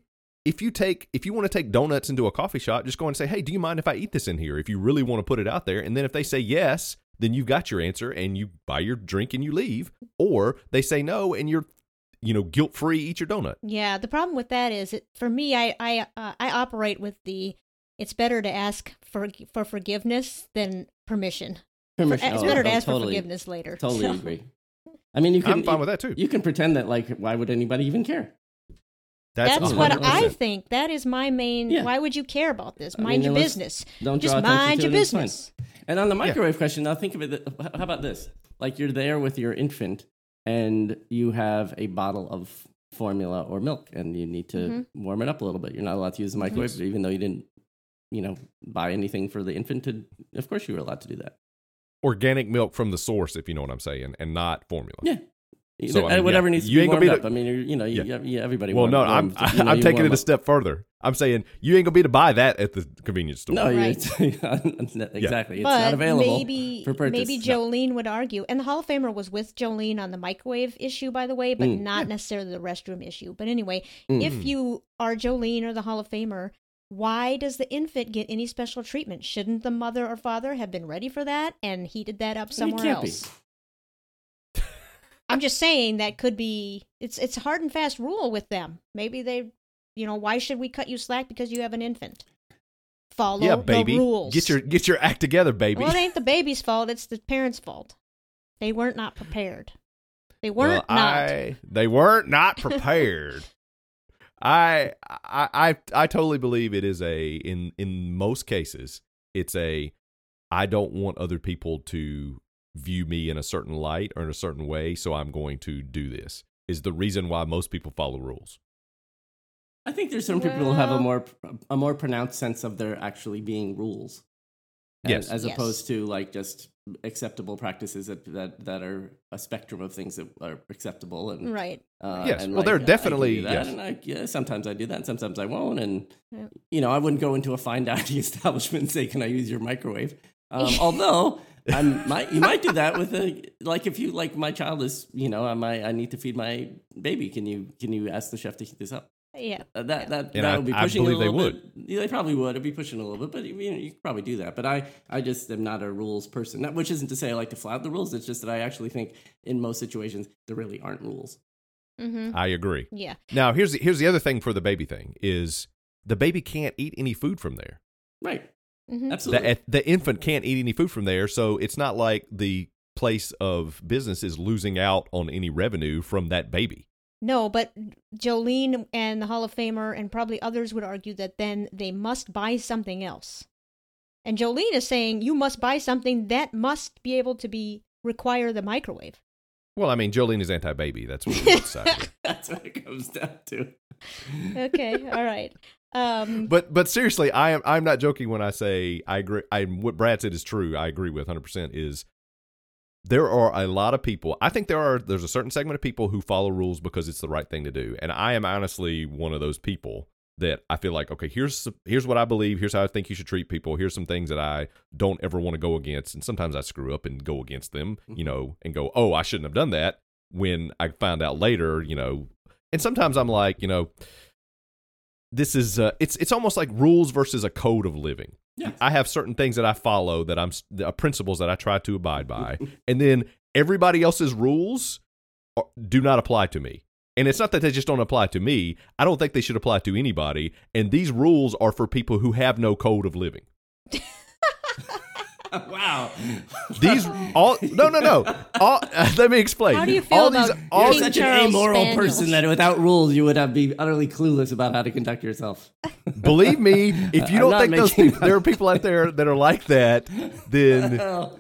if you take if you want to take donuts into a coffee shop just go and say hey do you mind if I eat this in here if you really want to put it out there and then if they say yes then you've got your answer and you buy your drink and you leave or they say no and you're you know guilt free eat your donut
Yeah, the problem with that is, it, for me, I I uh, I operate with the it's better to ask for for forgiveness than permission.
Permission.
it's
Oh,
better to
oh,
ask for
totally.
forgiveness later.
Totally
So-
agree. I mean, you can.
I'm fine with that too
You can pretend that like, why would anybody even care?
That's,
awesome.
what I
100%.
think. That is my main.
Yeah.
Why would you care about this?
I
Mind
mean,
your
unless-
business.
Don't
Just
draw attention
mind
to
your
it, it's fine.
business.
And on the microwave question, now think of it. th- How about this? Like you're there with your infant, and you have a bottle of formula or milk, and you need to
Mm-hmm.
warm it up a little bit. You're not allowed to use the microwave, even though you didn't, you know, buy anything for the infant. To of course you were allowed to do that.
organic milk from the source if you know what I'm saying and not formula
Yeah.
So,
Either-
I mean,
whatever
yeah,
needs to
you
be
ain't gonna be
warmed up.
the-
I mean, you're, you know, you,
Yeah.
yeah, everybody.
Well,
warm-
no,
warm-
I'm
you know,
I'm
you
taking
warm
it a
up.
step further. I'm saying you ain't gonna be able to buy that at the convenience store.
No,
Right.
you exactly. It's
but
not available
maybe
for purchase.
maybe
No.
Jolene would argue, and the Hall of Famer was with Jolene on the microwave issue, by the way, but
Mm. Mm-hmm.
not necessarily the restroom issue. But anyway, if you are Jolene or the Hall of Famer, why does the infant get any special treatment? Shouldn't the mother or father have been ready for that and heated that up
Well, you
somewhere
can't be.
else? I'm just saying that could be it's it's a hard and fast rule with them. Maybe they, you know, why should we cut you slack because you have an infant? Follow
yeah,
the
baby,
rules.
get your get your act together, baby.
Well, it ain't the baby's fault. It's the parents' fault. They weren't not prepared. They
Well,
weren't not.
I- they weren't not prepared. I, I I I totally believe it is a in in most cases it's a I don't want other people to view me in a certain light or in a certain way, so I'm going to do this. Is the reason why most people follow rules.
I think there's some people who have a
Well-
more a more pronounced sense of there actually being rules. as-
Yes.
As,
Yes.
opposed to like just acceptable practices that, that that are a spectrum of things that are acceptable and
Right.
uh,
Yes.
and,
Well, there are
I can do
definitely-
that,
yes.
and I, yeah, sometimes I do that, and sometimes I won't. And
Yeah.
you know, I wouldn't go into a fine dining establishment and say, "Can I use your microwave?" Um, although I might, you might do that with a like if you like my child is you know I might I need to feed my baby. Can you can you ask the chef to heat this up?
Yeah.
Uh, that that,
And
that
I-
would be
I
pushing it
believe
a
they
little Bit. Yeah, they probably would. It'd be pushing a little bit, but you know, you could probably do that. But I, I just am not a rules person. Not, which isn't to say I like to flout the rules. It's just that I actually think in most situations there really aren't rules.
Mm-hmm.
I agree.
Yeah.
Now here's the, here's the other thing for the baby thing is the baby can't eat any food from there.
Mm-hmm.
Right. Absolutely.
The, the infant can't eat any food from there, so it's not like the place of business is losing out on any revenue from that baby.
No, but Jolene and the Hall of Famer and probably others would argue that then they must buy something else. And Jolene is saying you must buy something that must be able to be require the microwave.
Well, I mean, Jolene is anti-baby. That's what we decided.
That's what it comes down to.
Okay, all right. Um,
But but seriously, I am I'm not joking when I say I agree. I what Brad said is true. I agree with 100. percent Is there are a lot of people. I think there are. There's a certain segment of people who follow rules because it's the right thing to do, and I am honestly one of those people that I feel like okay, here's here's what I believe. Here's how I think you should treat people. Here's some things that I don't ever want to go against, and sometimes I screw up and go against them, you know, and go, oh, I shouldn't have done that. When I find out later, you know, and sometimes I'm like, you know, this is uh, it's it's almost like rules versus a code of living.
Yes.
I have certain things that I follow that I'm s- uh, principles that I try to abide by, and then everybody else's rules are, do not apply to me. And it's not that they just don't apply to me. I don't think they should apply to anybody. And these rules are for people who have no code of living.
wow.
These all no no no. All, let me explain.
How do you feel
all
about
these all
King
these-
Such
Charles
an amoral
Spaniel.
person that without rules you would uh, be utterly clueless about how to conduct yourself.
believe me, if you
I'm
don't
not
think those
making
people, there are people out there that are like that, then
Oh,
Well,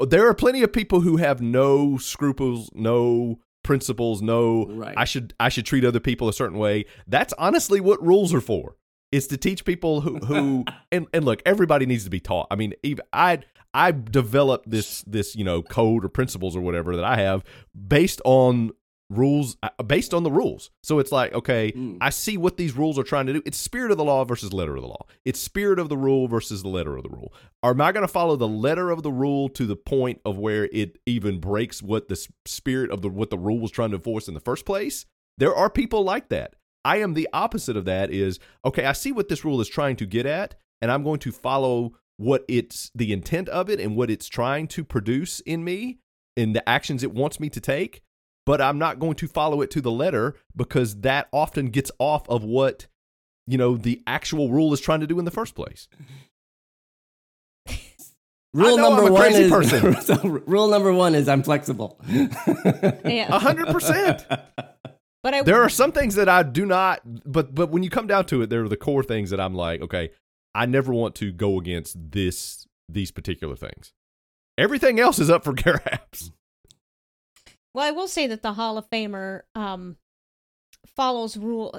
uh, there are plenty of people who have no scruples, no principles, no
Right.
I should I should treat other people a certain way. That's honestly what rules are for. Is to teach people who who and and look, everybody needs to be taught. I mean, even I I developed this this, you know, code or principles or whatever that I have based on rules uh, based on the rules. So it's like, okay, I see what these rules are trying to do. It's spirit of the law versus letter of the law. It's spirit of the rule versus the letter of the rule. Am I going to follow the letter of the rule to the point of where it even breaks what the s- spirit of the what the rule was trying to enforce in the first place? There are people like that. I am the opposite of that is, okay, I see what this rule is trying to get at and I'm going to follow what it's the intent of it and what it's trying to produce in me and the actions it wants me to take but I'm not going to follow it to the letter because that often gets off of what you know the actual rule is trying to do in the first place.
Rule
know
number
I'm a
one
crazy
is
person.
so, rule number one is I'm flexible.
yeah,
A hundred percent.
but I
uh, There are some things that I do not, but but when you come down to it, there are the core things that I'm like, okay, I never want to go against this these particular things. Everything else is up for grabs.
Well, I will say that the Hall of Famer um, follows rule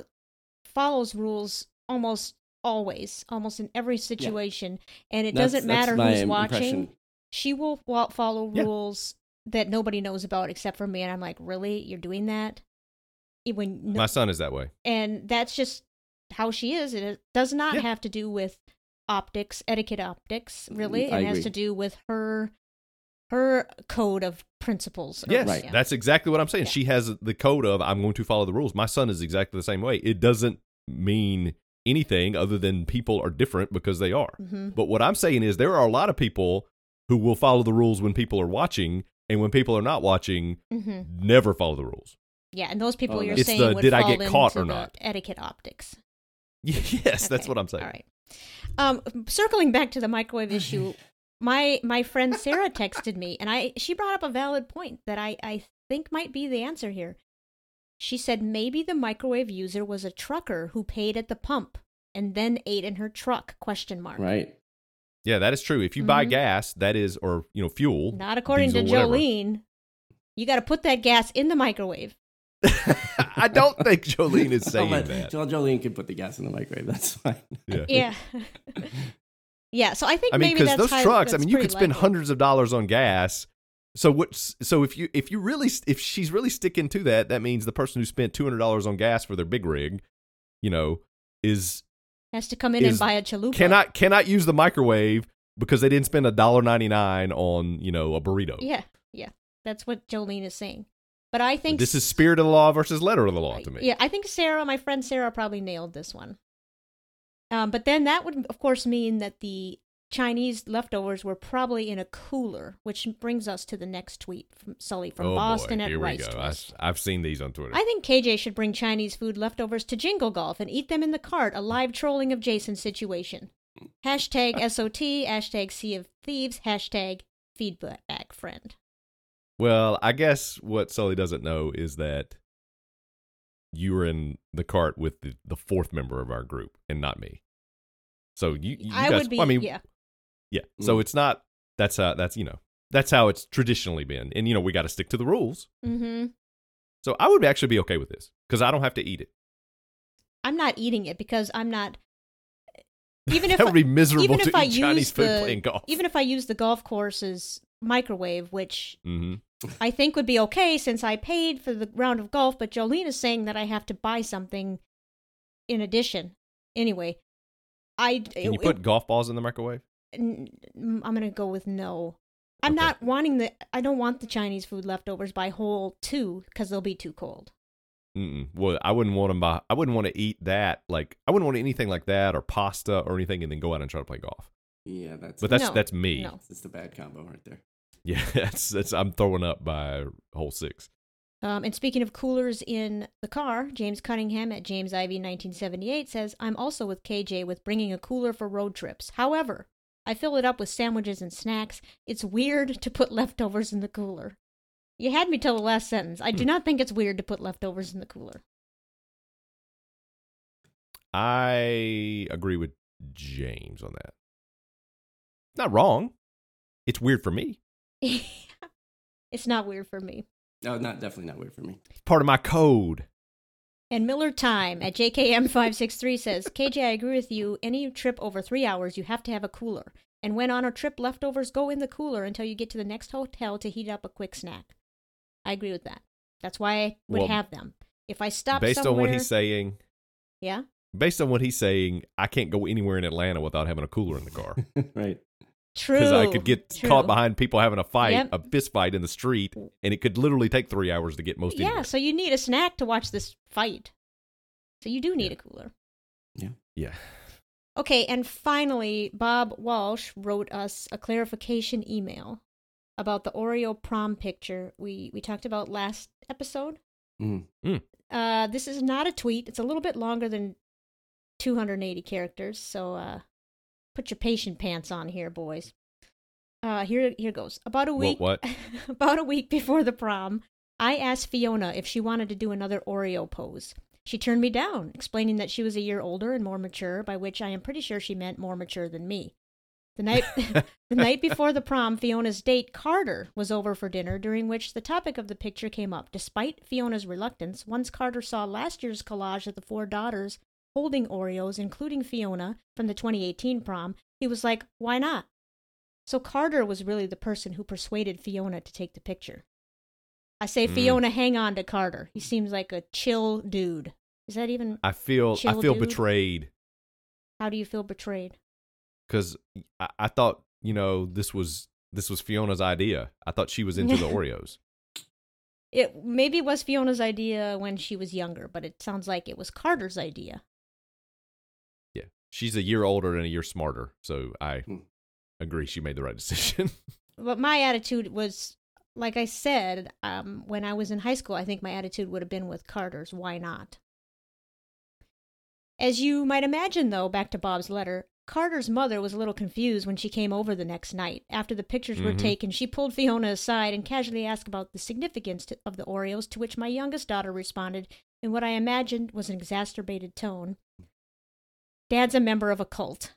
follows rules almost always, almost in every situation, and it doesn't matter who's watching. She will wa- follow
Yeah.
rules that nobody knows about except for me, and I'm like, really, you're doing that? It- When
My son is that way.
and that's just how she is. It does not
Yeah.
have to do with optics, etiquette optics, really. It
I
has
agree.
to do with her her code of principles. or-
Yes,
Right.
that's exactly what I'm saying. She has the code of I'm going to follow the rules. My son is exactly the same way. It doesn't mean anything other than people are different because they are.
Mhm.
But what I'm saying is there are a lot of people who will follow the rules when people are watching, and when people are not watching,
Mhm.
never follow the rules.
Yeah, and those people
Oh,
you're
no. It's
saying
the
would
did I
fall
get caught
into
or
the
not.
etiquette optics.
Yes, that's
Okay,
what I'm saying.
All right. Um, circling back to the microwave issue, my my friend Sarah texted me, and I she brought up a valid point that I I think might be the answer here. She said maybe the microwave user was a trucker who paid at the pump and then ate in her truck? Question mark.
Right.
Yeah, that is true. If you buy
Mhm.
gas, that is or you know fuel,
Not according to
diesel, whatever.
Jolene. You got to put that gas in the microwave.
I don't think Jolene is
Oh,
saying
but
that.
Jo- Jolene can put the gas in the microwave. That's fine.
Yeah.
Yeah. yeah. So I think
I mean,
maybe
because
that's
those
high-
trucks. I
that's
mean, you
pretty
could spend
likely.
hundreds of dollars on gas. So what's so if you if you really if she's really sticking to that, that means the person who spent two hundred dollars on gas for their big rig, you know, is
has to come in
is-
and buy a chalupa.
cannot cannot use the microwave because they didn't spend a dollar ninety nine on you know a burrito.
Yeah, yeah. That's what Jolene is saying. But I think
This is spirit of the law versus letter of the law to me.
Yeah, I think Sarah, my friend Sarah, probably nailed this one. Um, but then that would, of course, mean that the Chinese leftovers were probably in a cooler, which brings us to the next tweet from Sully from
oh
Boston
boy,
at
here we
Rice
go. I,
Twist.
I've seen these on Twitter.
I think KJ should bring Chinese food leftovers to Jingle Golf and eat them in the cart, a live trolling of Jason's situation. Hashtag SOT, hashtag Sea of Thieves, hashtag feedback friend.
Well, I guess what Sully doesn't know is that you were in the cart with the, the fourth member of our group and not me. So you, you
I
guys,
would be,
I mean,
yeah.
yeah. So it's not, that's how, that's, you know, that's how it's traditionally been. And, you know, we got to stick to the rules.
Mm-hmm.
So I would actually be okay with this because I don't have to eat it.
I'm not eating it because I'm not. Even if
that would be miserable
even
to
if I
eat Chinese
use
food
the
playing golf.
even if I use the golf course's microwave, which
mm-hmm.
I think would be okay since I paid for the round of golf. But Jolene is saying that I have to buy something in addition. Anyway, I
Can you put golf balls in the microwave?
n- n- I'm gonna go with no. I'm
Okay.
not wanting the. I don't want the Chinese food leftovers by whole two because they'll be too cold.
Mm-mm. Well, I wouldn't want to buy. I wouldn't want to eat that. Like I wouldn't want anything like that or pasta or anything, and then go out and try to play golf.
Yeah, that's
But that's
No,
that's me.
no.
it's a bad combo right there.
Yeah, that's that's I'm throwing up by hole six.
Um, and speaking of coolers in the car, James Cunningham at James Ivy 1978 says, I'm also with KJ with bringing a cooler for road trips. However, I fill it up with sandwiches and snacks. It's weird to put leftovers in the cooler. You had me till the last sentence. I do not think it's weird to put leftovers in the cooler.
I agree with James on that. Not wrong. It's weird for me.
it's not weird for me.
No, not definitely not weird for me.
It's part of my code.
And Miller Time at JKM563 says, KJ, I agree with you. Any trip over three hours, you have to have a cooler. And when on a trip, leftovers go in the cooler until you get to the next hotel to heat up a quick snack. I agree with that. That's why I would
Well,
have them. If I stop
based
somewhere,
on what he's saying,
yeah,
based on what he's saying, I can't go anywhere in Atlanta without having a cooler in the car
right.
true.
because I could get
true.
caught behind people having a fight,
Yep.
a fist fight in the street, and it could literally take three hours to get most.
Yeah,
anywhere.
so you need a snack to watch this fight. So you do need a cooler.
Yeah.
Okay, and finally, Bob Walsh wrote us a clarification email about the Oreo prom picture we, we talked about last episode.
Mm.
Uh, this is not a tweet. It's a little bit longer than 280 characters, so uh, put your patient pants on here, boys. Uh, here, here goes. About a
What-
week,
what?
about a week before the prom, I asked Fiona if she wanted to do another Oreo pose. She turned me down, explaining that she was a year older and more mature, by which I am pretty sure she meant more mature than me. The night the night before the prom, Fiona's date Carter was over for dinner, during which the topic of the picture came up. Despite Fiona's reluctance, once Carter saw last year's collage of the four daughters holding Oreos, including Fiona from the 2018 prom, he was like, "Why not?" So Carter was really the person who persuaded Fiona to take the picture. I say,
Mm.
Fiona, hang on to Carter. He seems like a chill dude. Is that even?
I feel I
Chill,
feel
dude.
betrayed
How do you feel betrayed?
because I, I thought you know this was this was Fiona's idea. I thought she was into the Oreos.
It maybe it was Fiona's idea when she was younger, but it sounds like it was Carter's idea.
Yeah, she's a year older and a year smarter, so I
Hmm.
agree she made the right decision.
But my attitude was, like I said, um, when I was in high school, I think my attitude would have been with Carter's. Why not? As you might imagine, though, back to Bob's letter, Carter's mother was a little confused when she came over the next night. After the pictures were
Mhm.
taken, she pulled Fiona aside and casually asked about the significance to, of the Oreos, to which my youngest daughter responded in what I imagined was an exacerbated tone Dad's a member of a cult.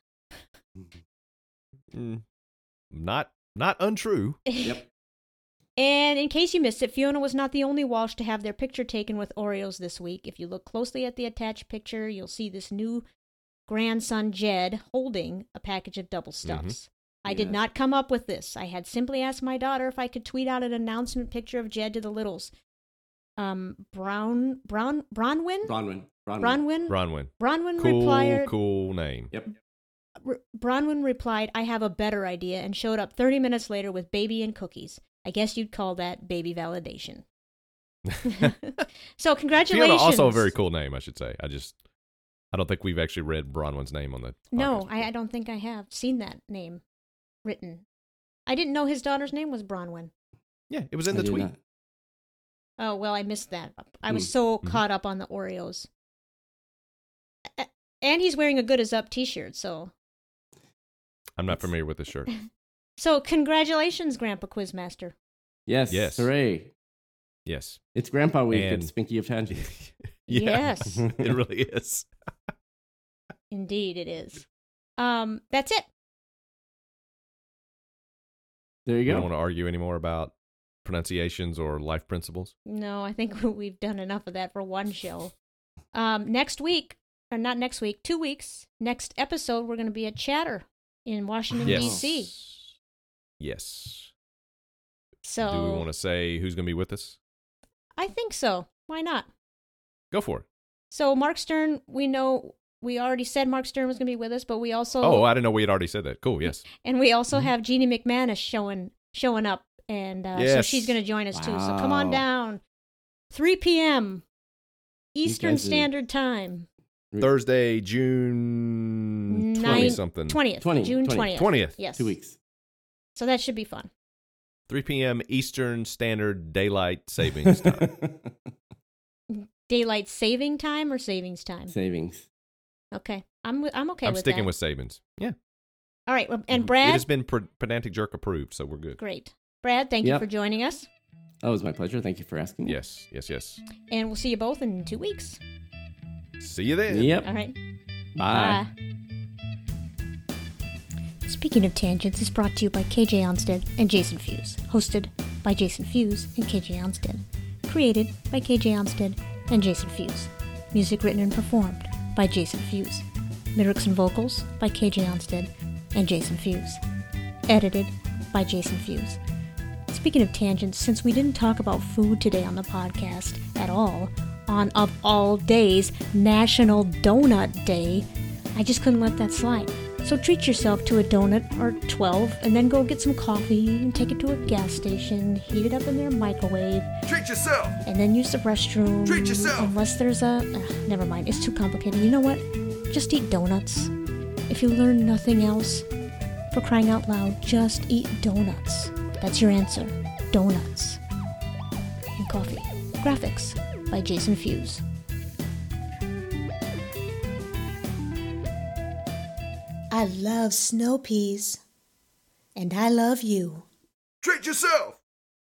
Mm. Not not untrue.
Yep.
And in case you missed it, Fiona was not the only Walsh to have their picture taken with Oreos this week. If you look closely at the attached picture, you'll see this new grandson Jed holding a package of double stuffs. I did
Yes.
not come up with this. I had simply asked my daughter if I could tweet out an announcement picture of Jed to the littles. Um, Brown, Brown, Bronwyn,
Bronwyn.
Bronwyn,
Bronwyn.
Bronwyn,
Bronwyn
cool
Mm. replied.
cool name.
Yep.
R- Bronwyn replied, I have a better idea, and showed up 30 minutes later with baby and cookies. I guess you'd call that baby validation. so, congratulations.
Fiona also a very cool name, I should say. I just I don't think we've actually read Bronwyn's name on the.
No,
podcast
I, I don't think I have seen that name written. I didn't know his daughter's name was Bronwyn.
yeah, it was in
I
the
do
tweet.
not-
Oh, well, I missed that. I was
Mm.
so
Mhm.
caught up on the Oreos. A- And he's wearing a Good As Up t shirt, so
I'm not familiar with this shirt.
So, congratulations, Grandpa Quizmaster.
Yes.
Yes.
Hooray.
Yes.
It's Grandpa Week
And-
at Spinky of Tangent.
Yes,
It really is.
indeed, it is. Um, that's it.
There
You
you
don't
go.
want to argue anymore about pronunciations or life principles.
No, I think we've done enough of that for one show. Um, next week, or not next week, two weeks. Next episode, we're going to be at Chatter in Washington
Yes.
D.C.
Yes.
So
Do we want to say who's going to be with us?
I think so. Why not?
Go for it.
So Mark Stern, we know we already said Mark Stern was going to be with us, but we also
Oh, I Mm-hmm. didn't know we had already said that. Cool. Yes.
and we also have Jeannie McManus showing showing up, and uh, so
Yes.
she's going to join us too. So come on
Wow.
down, 3 p.m. Eastern
guys are-
Standard Time,
Thursday, June
Nine-
20 something.
twentieth,
20,
June
20th.
twentieth,
20th.
Yes,
Two weeks.
So that should be fun.
3 p.m. Eastern Standard Daylight Savings Time.
Daylight saving time or savings time?
Savings.
Okay, I'm wi- I'm okay
I'm
with
sticking
that.
with savings. Yeah.
All right, well, and
It
Brad,
has been ped- pedantic jerk approved, so we're good.
great. Brad, thank you
Yep.
for joining us,
Oh, it was my pleasure. Thank you for asking.
Yes. Yes. Yes.
and we'll see you both in two weeks.
See you then.
Yep.
All right.
Bye.
Speaking of tangents is brought to you by KJ Onsted and Jason Fuse. Hosted by Jason Fuse and KJ Onsted. Created by KJ Onsted and Jason Fuse. Music written and performed by Jason Fuse. Lyrics and vocals by KJ Onsted and Jason Fuse. Edited by Jason Fuse. Speaking of tangents, since we didn't talk about food today on the podcast at all, on of all days, National Donut Day, I just couldn't let that slide. So treat yourself to a donut or 12 and then go get some coffee and take it to a gas station, heat it up in their microwave,
Treat yourself.
and then use the restroom.
Treat yourself.
Unless there's a. Ugh, never mind, it's too complicated. You know what? Just eat donuts. If you learn nothing else, for crying out loud, just eat donuts. That's your answer. Donuts. And coffee. Graphics by Jason Fuse.
I love snow peas. And I love you.
Treat yourself.